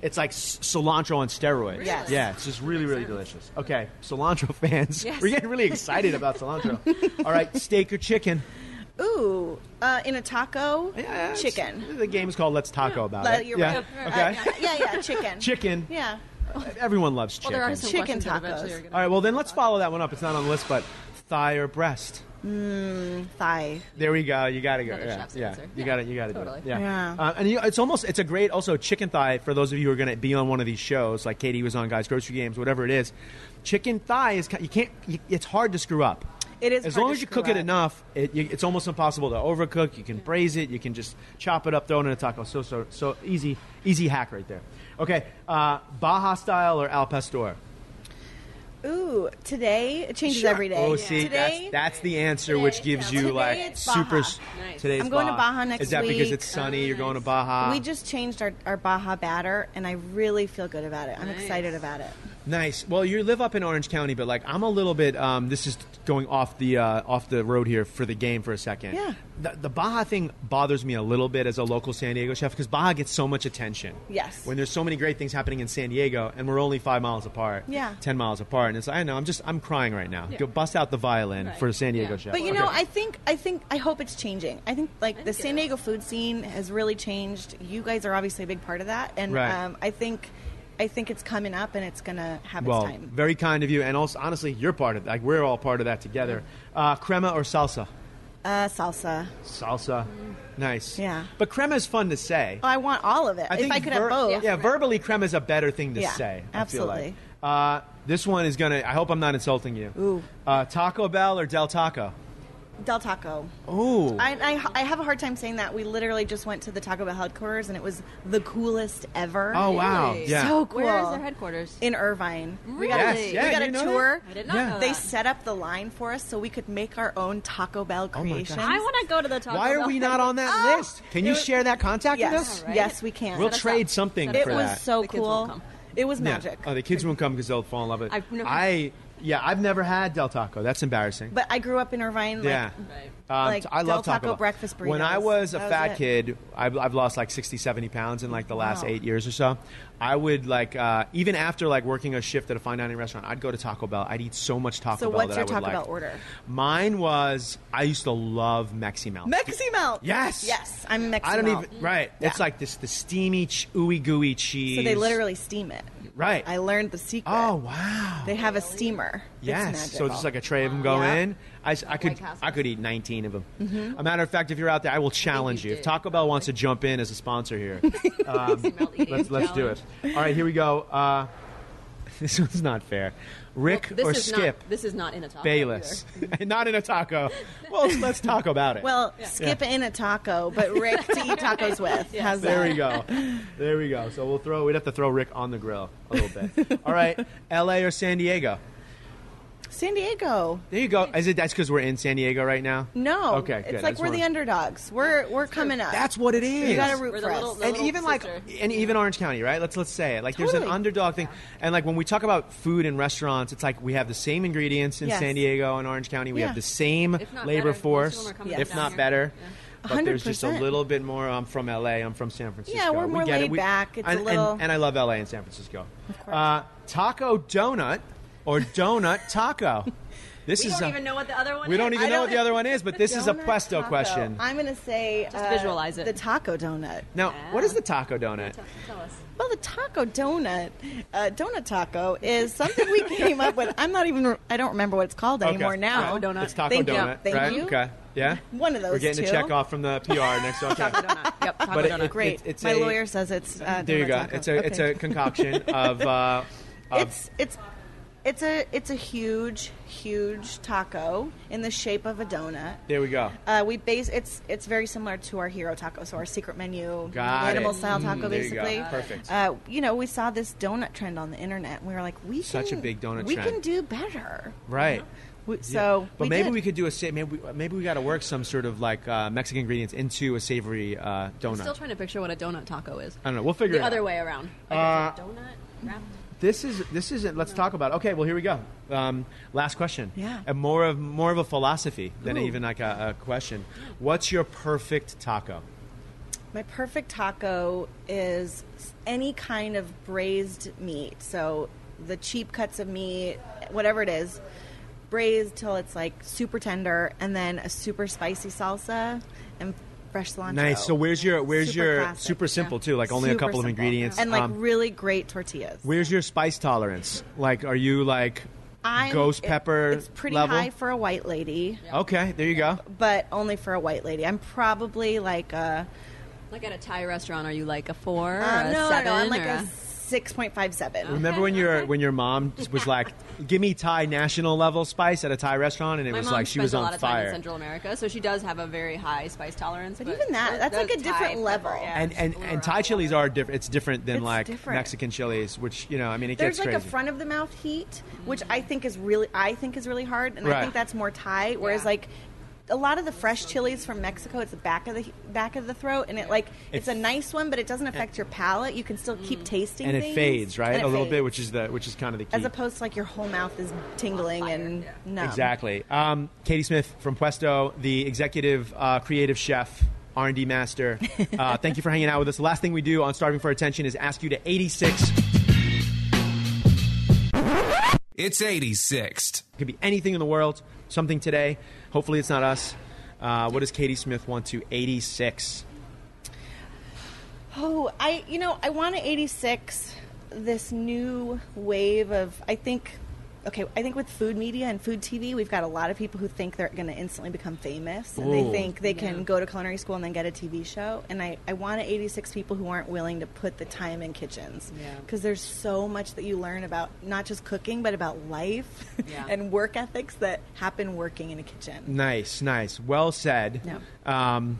C: it's like c- cilantro on steroids.
E: Yes.
C: Yeah, it's just really really delicious. Okay, cilantro fans, we're getting really excited about cilantro. All right, steak or chicken?
E: Ooh, uh, in a taco,
C: Yeah, it's-
E: chicken.
C: The game is called Let's Taco About
E: Let-
C: It.
E: you're
C: yeah.
E: right.
C: Okay.
E: Uh, yeah, yeah, chicken.
C: Chicken.
E: Yeah.
C: Everyone loves chicken.
F: There are some
E: Chicken
F: questions that eventually
E: tacos.
F: are gonna-
C: All right, well then let's follow that one up. It's not on the list, but thigh or breast.
E: Thigh.
C: There we go. You got to go.
F: Another
C: Yeah,
F: chef's
C: yeah.
F: answer.
C: You
F: Yeah,
C: got to You got to
F: totally.
C: do it. Yeah.
E: Yeah.
C: Uh, and you, it's almost it's a great also chicken thigh for those of you who are going to be on one of these shows like Katie was on Guys Grocery Games whatever it is. Chicken thigh is ki- you can't. You, it's hard to screw up.
E: It is
C: As
E: hard
C: long
E: to
C: as you
E: screw
C: cook it
E: up.
C: enough, it, you, it's almost impossible to overcook. You can braise it. You can just chop it up, throw it in a taco. So so so easy easy hack right there. Okay, uh, Baja style or al pastor?
E: Ooh, today it changes every day.
C: Oh, see,
E: today,
C: that's, that's the answer, which gives you
E: Today
C: like
E: it's Baja.
C: super. s-
F: Nice.
C: Today's
E: I'm going to Baja
C: Is
E: next
C: that because
E: week. Uh,
C: it's sunny? You're going to Baja.
E: we just changed our, our Baja batter, and I really feel good about it. I'm
F: Nice.
E: excited about it.
C: Nice. Well, you live up in Orange County, but like I'm a little bit. Um, this is going off the uh, off the road here for the game for a second.
E: Yeah.
C: The, the Baja thing bothers me a little bit as a local San Diego chef because Baja gets so much attention.
E: Yes.
C: When there's so many great things happening in San Diego, and we're only five miles apart.
E: Yeah.
C: Ten miles apart, and it's like, I know I'm just I'm crying right now. Go bust out the violin
F: Right.
C: for a San Diego
F: Yeah.
C: chef.
E: But you know,
C: Okay.
E: I think I think I hope it's changing. I think like the
F: think it
E: San
F: is.
E: Diego food scene has really changed. You guys are obviously a big part of that, and
C: Right.
E: um, I think I think it's coming up, and it's gonna have
C: well,
E: its time.
C: very kind of you, and also honestly, you're part of like we're all part of that together. Uh, crema or salsa?
E: Uh, salsa.
C: Salsa. Nice.
E: Mm. Yeah.
C: But crema is fun to say.
E: Oh, I want all of it. if I could
C: ver-
E: have both.
C: Yeah, verbally, creme is a better thing to
E: Yeah,
C: say. I
E: absolutely.
C: Feel like. uh, this one is gonna. I hope I'm not insulting you.
E: Ooh.
C: Uh, Taco Bell or Del Taco? Oh,
E: Del Taco.
C: Ooh.
E: I, I, I have a hard time saying that. We literally just went to the Taco Bell headquarters, and it was the coolest ever.
C: oh wow.
F: Really?
C: Yeah.
E: So cool.
F: Where is their headquarters?
E: In Irvine. We got,
C: Yes,
F: Really?
C: yeah,
E: we got
C: you
E: a
C: know that?
E: tour.
F: I did not
C: Yeah.
F: know
E: They
F: that.
E: set up the line for us so we could make our own Taco Bell
C: Oh my God.
E: creations.
F: I want to go to the Taco
C: Why are
F: Bell.
C: we not on that list? Can you share that contact with
E: Ah! Yes,
C: us?
F: right?
E: yes, we can.
C: We'll
F: us
C: trade
F: up.
C: something
F: Set us
E: it
C: for
F: up.
E: was
C: that.
E: so
F: The kids won't
E: cool.
F: come.
E: It was
C: Yeah.
E: magic.
C: Oh, the kids won't come because they'll fall in love with it.
F: I've never-
C: I yeah, I've never had Del Taco. That's embarrassing.
E: But I grew up in Irvine. Like,
C: yeah. Um,
E: like
C: t- I love
E: Del Taco
C: Bell.
E: breakfast
C: When I
E: burritos.
C: was a
E: That was
C: fat
E: it.
C: kid, I've, I've lost like 60, 70 pounds in like the last
E: Wow.
C: eight years or so. I would like, uh, even after like working a shift at a fine dining restaurant, I'd go to Taco Bell. I'd eat so much Taco
E: So
C: Bell.
E: what's
C: that
E: your
C: I would
E: Taco
C: like.
E: Bell order?
C: Mine was, I used to love Mexi Melt.
E: Mexi melt.
C: Yes.
E: Yes. I'm Mexi
C: I don't
E: melt.
C: even, right. It's
E: Yeah.
C: like this, the steamy, ch- ooey gooey cheese.
E: So they literally steam it.
C: Right.
E: I learned the secret.
C: Oh, wow.
E: They have a steamer.
C: Yes.
E: It's
C: so it's just like a tray of them go
E: Yeah.
C: in. I, s- I could
F: Castle.
C: I could eat 19 of them. A matter of fact, if you're out there, I will challenge
F: you
C: you. If
F: did.
C: Taco Bell wants to jump in as a sponsor here, um,
F: Melt eating
C: let's let's do
F: challenge.
C: it. All right, here we go. Uh, this one's not fair. Rick
F: This
C: or
F: is
C: Skip
F: Not, this is not in a taco.
C: Bayless, not in a taco. Well, let's, let's talk about it.
E: Well, skip in a taco, but Rick to eat tacos with. How's that?
C: there we go, there we go. So we'll throw. We'd have to throw Rick on the grill a little bit. All right, L.A. or San Diego.
E: San Diego.
C: There you go. Is it that's because we're in San Diego right now?
E: No.
C: Okay, good. I
E: It's like
C: just
E: we're the
C: wanted-
E: underdogs. We're we're coming up.
C: That's what it is.
E: you got to root
F: We're the
E: for
F: little-
E: us.
F: the
C: and
F: little
C: even
F: sister.
C: like and even Orange County, right? Let's let's say it. Like there's an
E: Totally.
C: underdog thing, and like when we talk about food and restaurants, it's like we have the same ingredients in
E: Yes.
C: San Diego and Orange County. We
E: Yeah.
C: have the same
F: If not better.
C: labor
F: Most of them
C: force,
F: are coming
E: Yes.
C: if
E: down
C: not
F: here.
C: better.
F: Yeah.
C: But there's just a
E: 100%.
C: little bit more. I'm from LA. I'm from San Francisco.
E: we're more
C: we get it.
E: laid
C: We-
E: back. It's a
C: and, and-
E: little-
C: and, I love LA and San Francisco. Uh, taco donut or donut taco. This
F: We
C: is
F: don't
C: a-
F: even know what the other one
C: we
F: is.
C: don't even
F: I
C: know
E: don't-
C: what the other one is, but this is a
E: Donut
C: puesto
E: taco.
C: question.
E: I'm going to say just
F: visualize it.
E: The taco donut.
C: Now, what is the taco donut?
F: Tell, tell us.
E: Well, the taco donut, uh, donut taco, is something we came up with. I'm not even. I don't remember what it's called
C: Okay.
E: anymore now.
C: Right. It's taco
E: Thank you.
C: donut.
E: Thank
C: right?
E: you.
C: Okay. Yeah.
E: One of those
C: We're getting
E: two.
C: a check off from the PR next door. Okay.
F: Donut. Yep, taco
C: But it-
F: donut.
C: it-
E: Great.
C: it's
E: My
C: a-
E: lawyer says it's. Uh,
C: There you
E: donut
C: go.
E: taco.
C: It's a it's a
E: Okay.
C: concoction of. Uh, of
E: It's it's it's a it's a huge huge taco in the shape of a donut.
C: there we go.
E: Uh, we base it's it's very similar to our hero taco, so our secret menu
C: Got
E: animal
C: it.
E: style taco,
C: Mm, there you go.
E: basically.
C: Perfect.
E: Uh, you know, we saw this donut trend on the internet, and we were like, we
C: Such a
E: can,
C: big donut
E: We
C: trend.
E: can do better.
C: Right.
E: We, So,
C: but
E: we
C: maybe
E: did.
C: we could do a sa- maybe we, maybe we got to work some sort of like uh, Mexican ingredients into a savory uh,
F: I'm still
C: donut.
F: trying to picture what a donut taco is.
C: I don't know. We'll figure
F: The
C: it
F: other
C: out.
F: way around. Like is it donut wrapped.
C: This is this isn't. Let's talk about. It. Okay, well here we go. Um, last question.
E: Yeah.
C: And more of more of a philosophy than even like a, a question. What's your perfect taco?
E: My perfect taco is any kind of braised meat. So the cheap cuts of meat, whatever it is, braised till it's like super tender, and then a super spicy salsa and fresh cilantro.
C: Nice. So where's your where's
E: Super
C: your
E: classic.
C: super simple too? Like only a
E: Super
C: couple of
E: simple.
C: ingredients.
E: and like
C: Um,
E: really great tortillas.
C: where's your spice tolerance? Like, are you like
E: I'm-
C: ghost
E: it-
C: pepper
E: it's pretty
C: level?
E: high for a white lady,
C: Okay, there you go.
E: but only for a white lady. I'm probably like a
F: Like at a Thai restaurant, are you like a four or
E: Uh,
F: a
E: no,
F: seven?
E: no, no, I'm like
F: or
E: a
F: a-
E: six point five seven.
C: Remember when your when your mom was like, "Give me Thai national level spice at a Thai restaurant," and it
F: My
C: was
F: mom
C: like she
F: spends
C: was
F: a
C: on
F: lot of time
C: fire.
F: in Central America, so she does have a very high spice tolerance. But,
E: even that, that's like a different level.
C: and and, and Thai chilies are different. It's different than
E: It's
C: like
E: different.
C: Mexican chilies, which you know. I mean, it
E: There's
C: gets
E: like
C: crazy.
E: a front of the mouth heat, which I think is really I think is really hard, and
C: Right.
E: I think that's more Thai. Whereas
F: Yeah.
E: like a lot of the fresh chilies from Mexico, it's the back of the back of the throat, and it like it's a nice one, but it doesn't affect your palate. You can still keep tasting,
C: and it
E: things.
C: fades right
E: And it
C: a little bit,
E: fades.
C: which is the which is kind of the key.
E: as opposed to like your whole mouth is tingling and numb.
C: Exactly. Um, Katie Smith from Puesto, the executive uh, creative chef, R and D master. Uh, thank you for hanging out with us. The last thing we do on Starving for Attention is ask you to eighty six.
A: It's 86th.
C: It could be anything in the world. Something today. Hopefully, it's not us. Uh, what does Katie Smith want to eighty six?
E: Oh, I you know I want to 86 this new wave of I think okay I think with food media and food TV we've got a lot of people who think they're going to instantly become famous and
C: Ooh.
E: they think they can go to culinary school and then get a TV show and I I want to 86 people who aren't willing to put the time in kitchens because there's so much that you learn about not just cooking but about life
F: Yeah.
E: and work ethics that happen working in a kitchen.
C: Nice, nice. Well said.
E: No.
C: Um,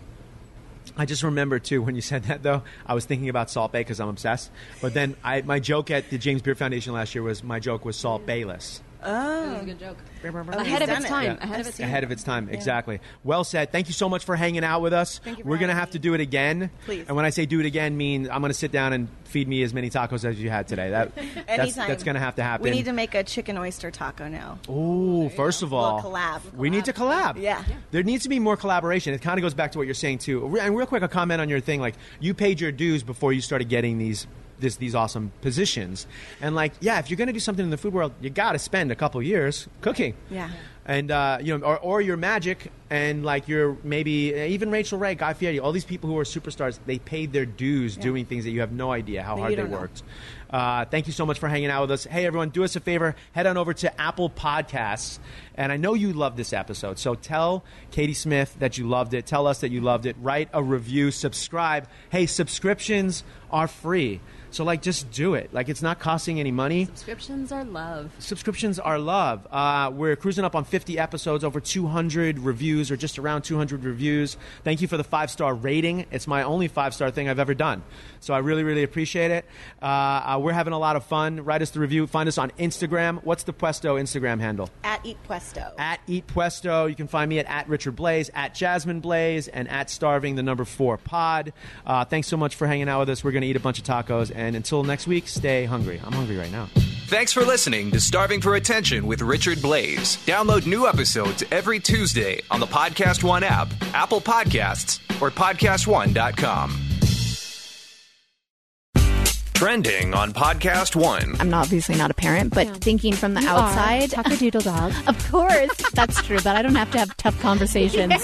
C: I just remember too when you said that though. I was thinking about Salt Bay because I'm obsessed. But then I, my joke at the James Beard Foundation last year was my joke was Salt Bayless.
F: That was a good joke.
E: Oh, he's
F: Ahead of
E: done
F: its
E: it.
F: time.
E: Yeah.
F: Ahead of its time.
C: ahead of its time. Exactly. Well said. Thank you so much for hanging out with us.
E: Thank you for
C: We're gonna
E: having
C: have to
E: me.
C: do it again.
E: Please.
C: And when I say do it again, mean I'm gonna sit down and feed me as many tacos as you had today. That that's,
E: Anytime
C: that's gonna have to happen.
E: We need to make a chicken oyster taco now.
C: Ooh, first of all,
E: collab.
C: we need to collab.
E: Yeah. Yeah.
C: there needs to be more collaboration. It kind of goes back to what you're saying too. Re- And real quick, a comment on your thing: like you paid your dues before you started getting these this, these awesome positions, and like yeah, if you're going to do something in the food world, you got to spend a couple years cooking.
E: Yeah.
C: And uh, you know, or, or your magic, and like your maybe even Rachel Ray, Guy Fieri, all these people who are superstars, they paid their dues doing things that you have no idea how
E: That
C: hard
E: you
C: they
E: don't know.
C: worked. Uh, thank you so much for hanging out with us. Hey, everyone, do us a favor. Head on over to Apple Podcasts. And I know you love this episode. So tell Katie Smith that you loved it. Tell us that you loved it. Write a review. Subscribe. Hey, subscriptions are free. So, like, just do it. Like, it's not costing any money
F: Subscriptions are love.
C: subscriptions are love. Uh, we're cruising up on 50 episodes, over 200 reviews, or just around 200 reviews. Thank you for the five star rating. It's my only five star thing I've ever done. So I really, really appreciate it. Uh, uh, we're having a lot of fun. Write us the review. Find us on Instagram. What's the Puesto Instagram handle?
E: At Eat Puesto.
C: At Eat Puesto. You can find me at, at Richard Blaze, at Jasmine Blaze, and at Starving the Number Four Pod. Uh, thanks so much for hanging out with us. We're going to eat a bunch of tacos. And until next week, stay hungry. I'm hungry right now.
A: Thanks for listening to Starving for Attention with Richard Blaze. Download new episodes every Tuesday on the Podcast One app, Apple Podcasts, or PodcastOne.com. Trending on Podcast One.
I: I'm obviously not a parent, but thinking from the
J: You are.
I: outside,
J: Tucker Doodle Dog.
I: of course, that's true. But I don't have to have tough conversations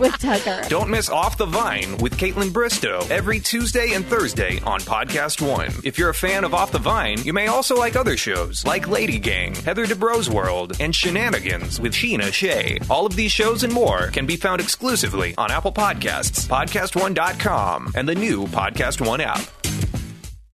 I: with Tucker.
A: Don't miss Off the Vine with Caitlin Bristow every Tuesday and Thursday on Podcast One. If you're a fan of Off the Vine, you may also like other shows like Lady Gang, Heather DeBro's World, and Shenanigans with Sheena Shea. All of these shows and more can be found exclusively on Apple Podcasts, PodcastOne.com, and the new Podcast One app.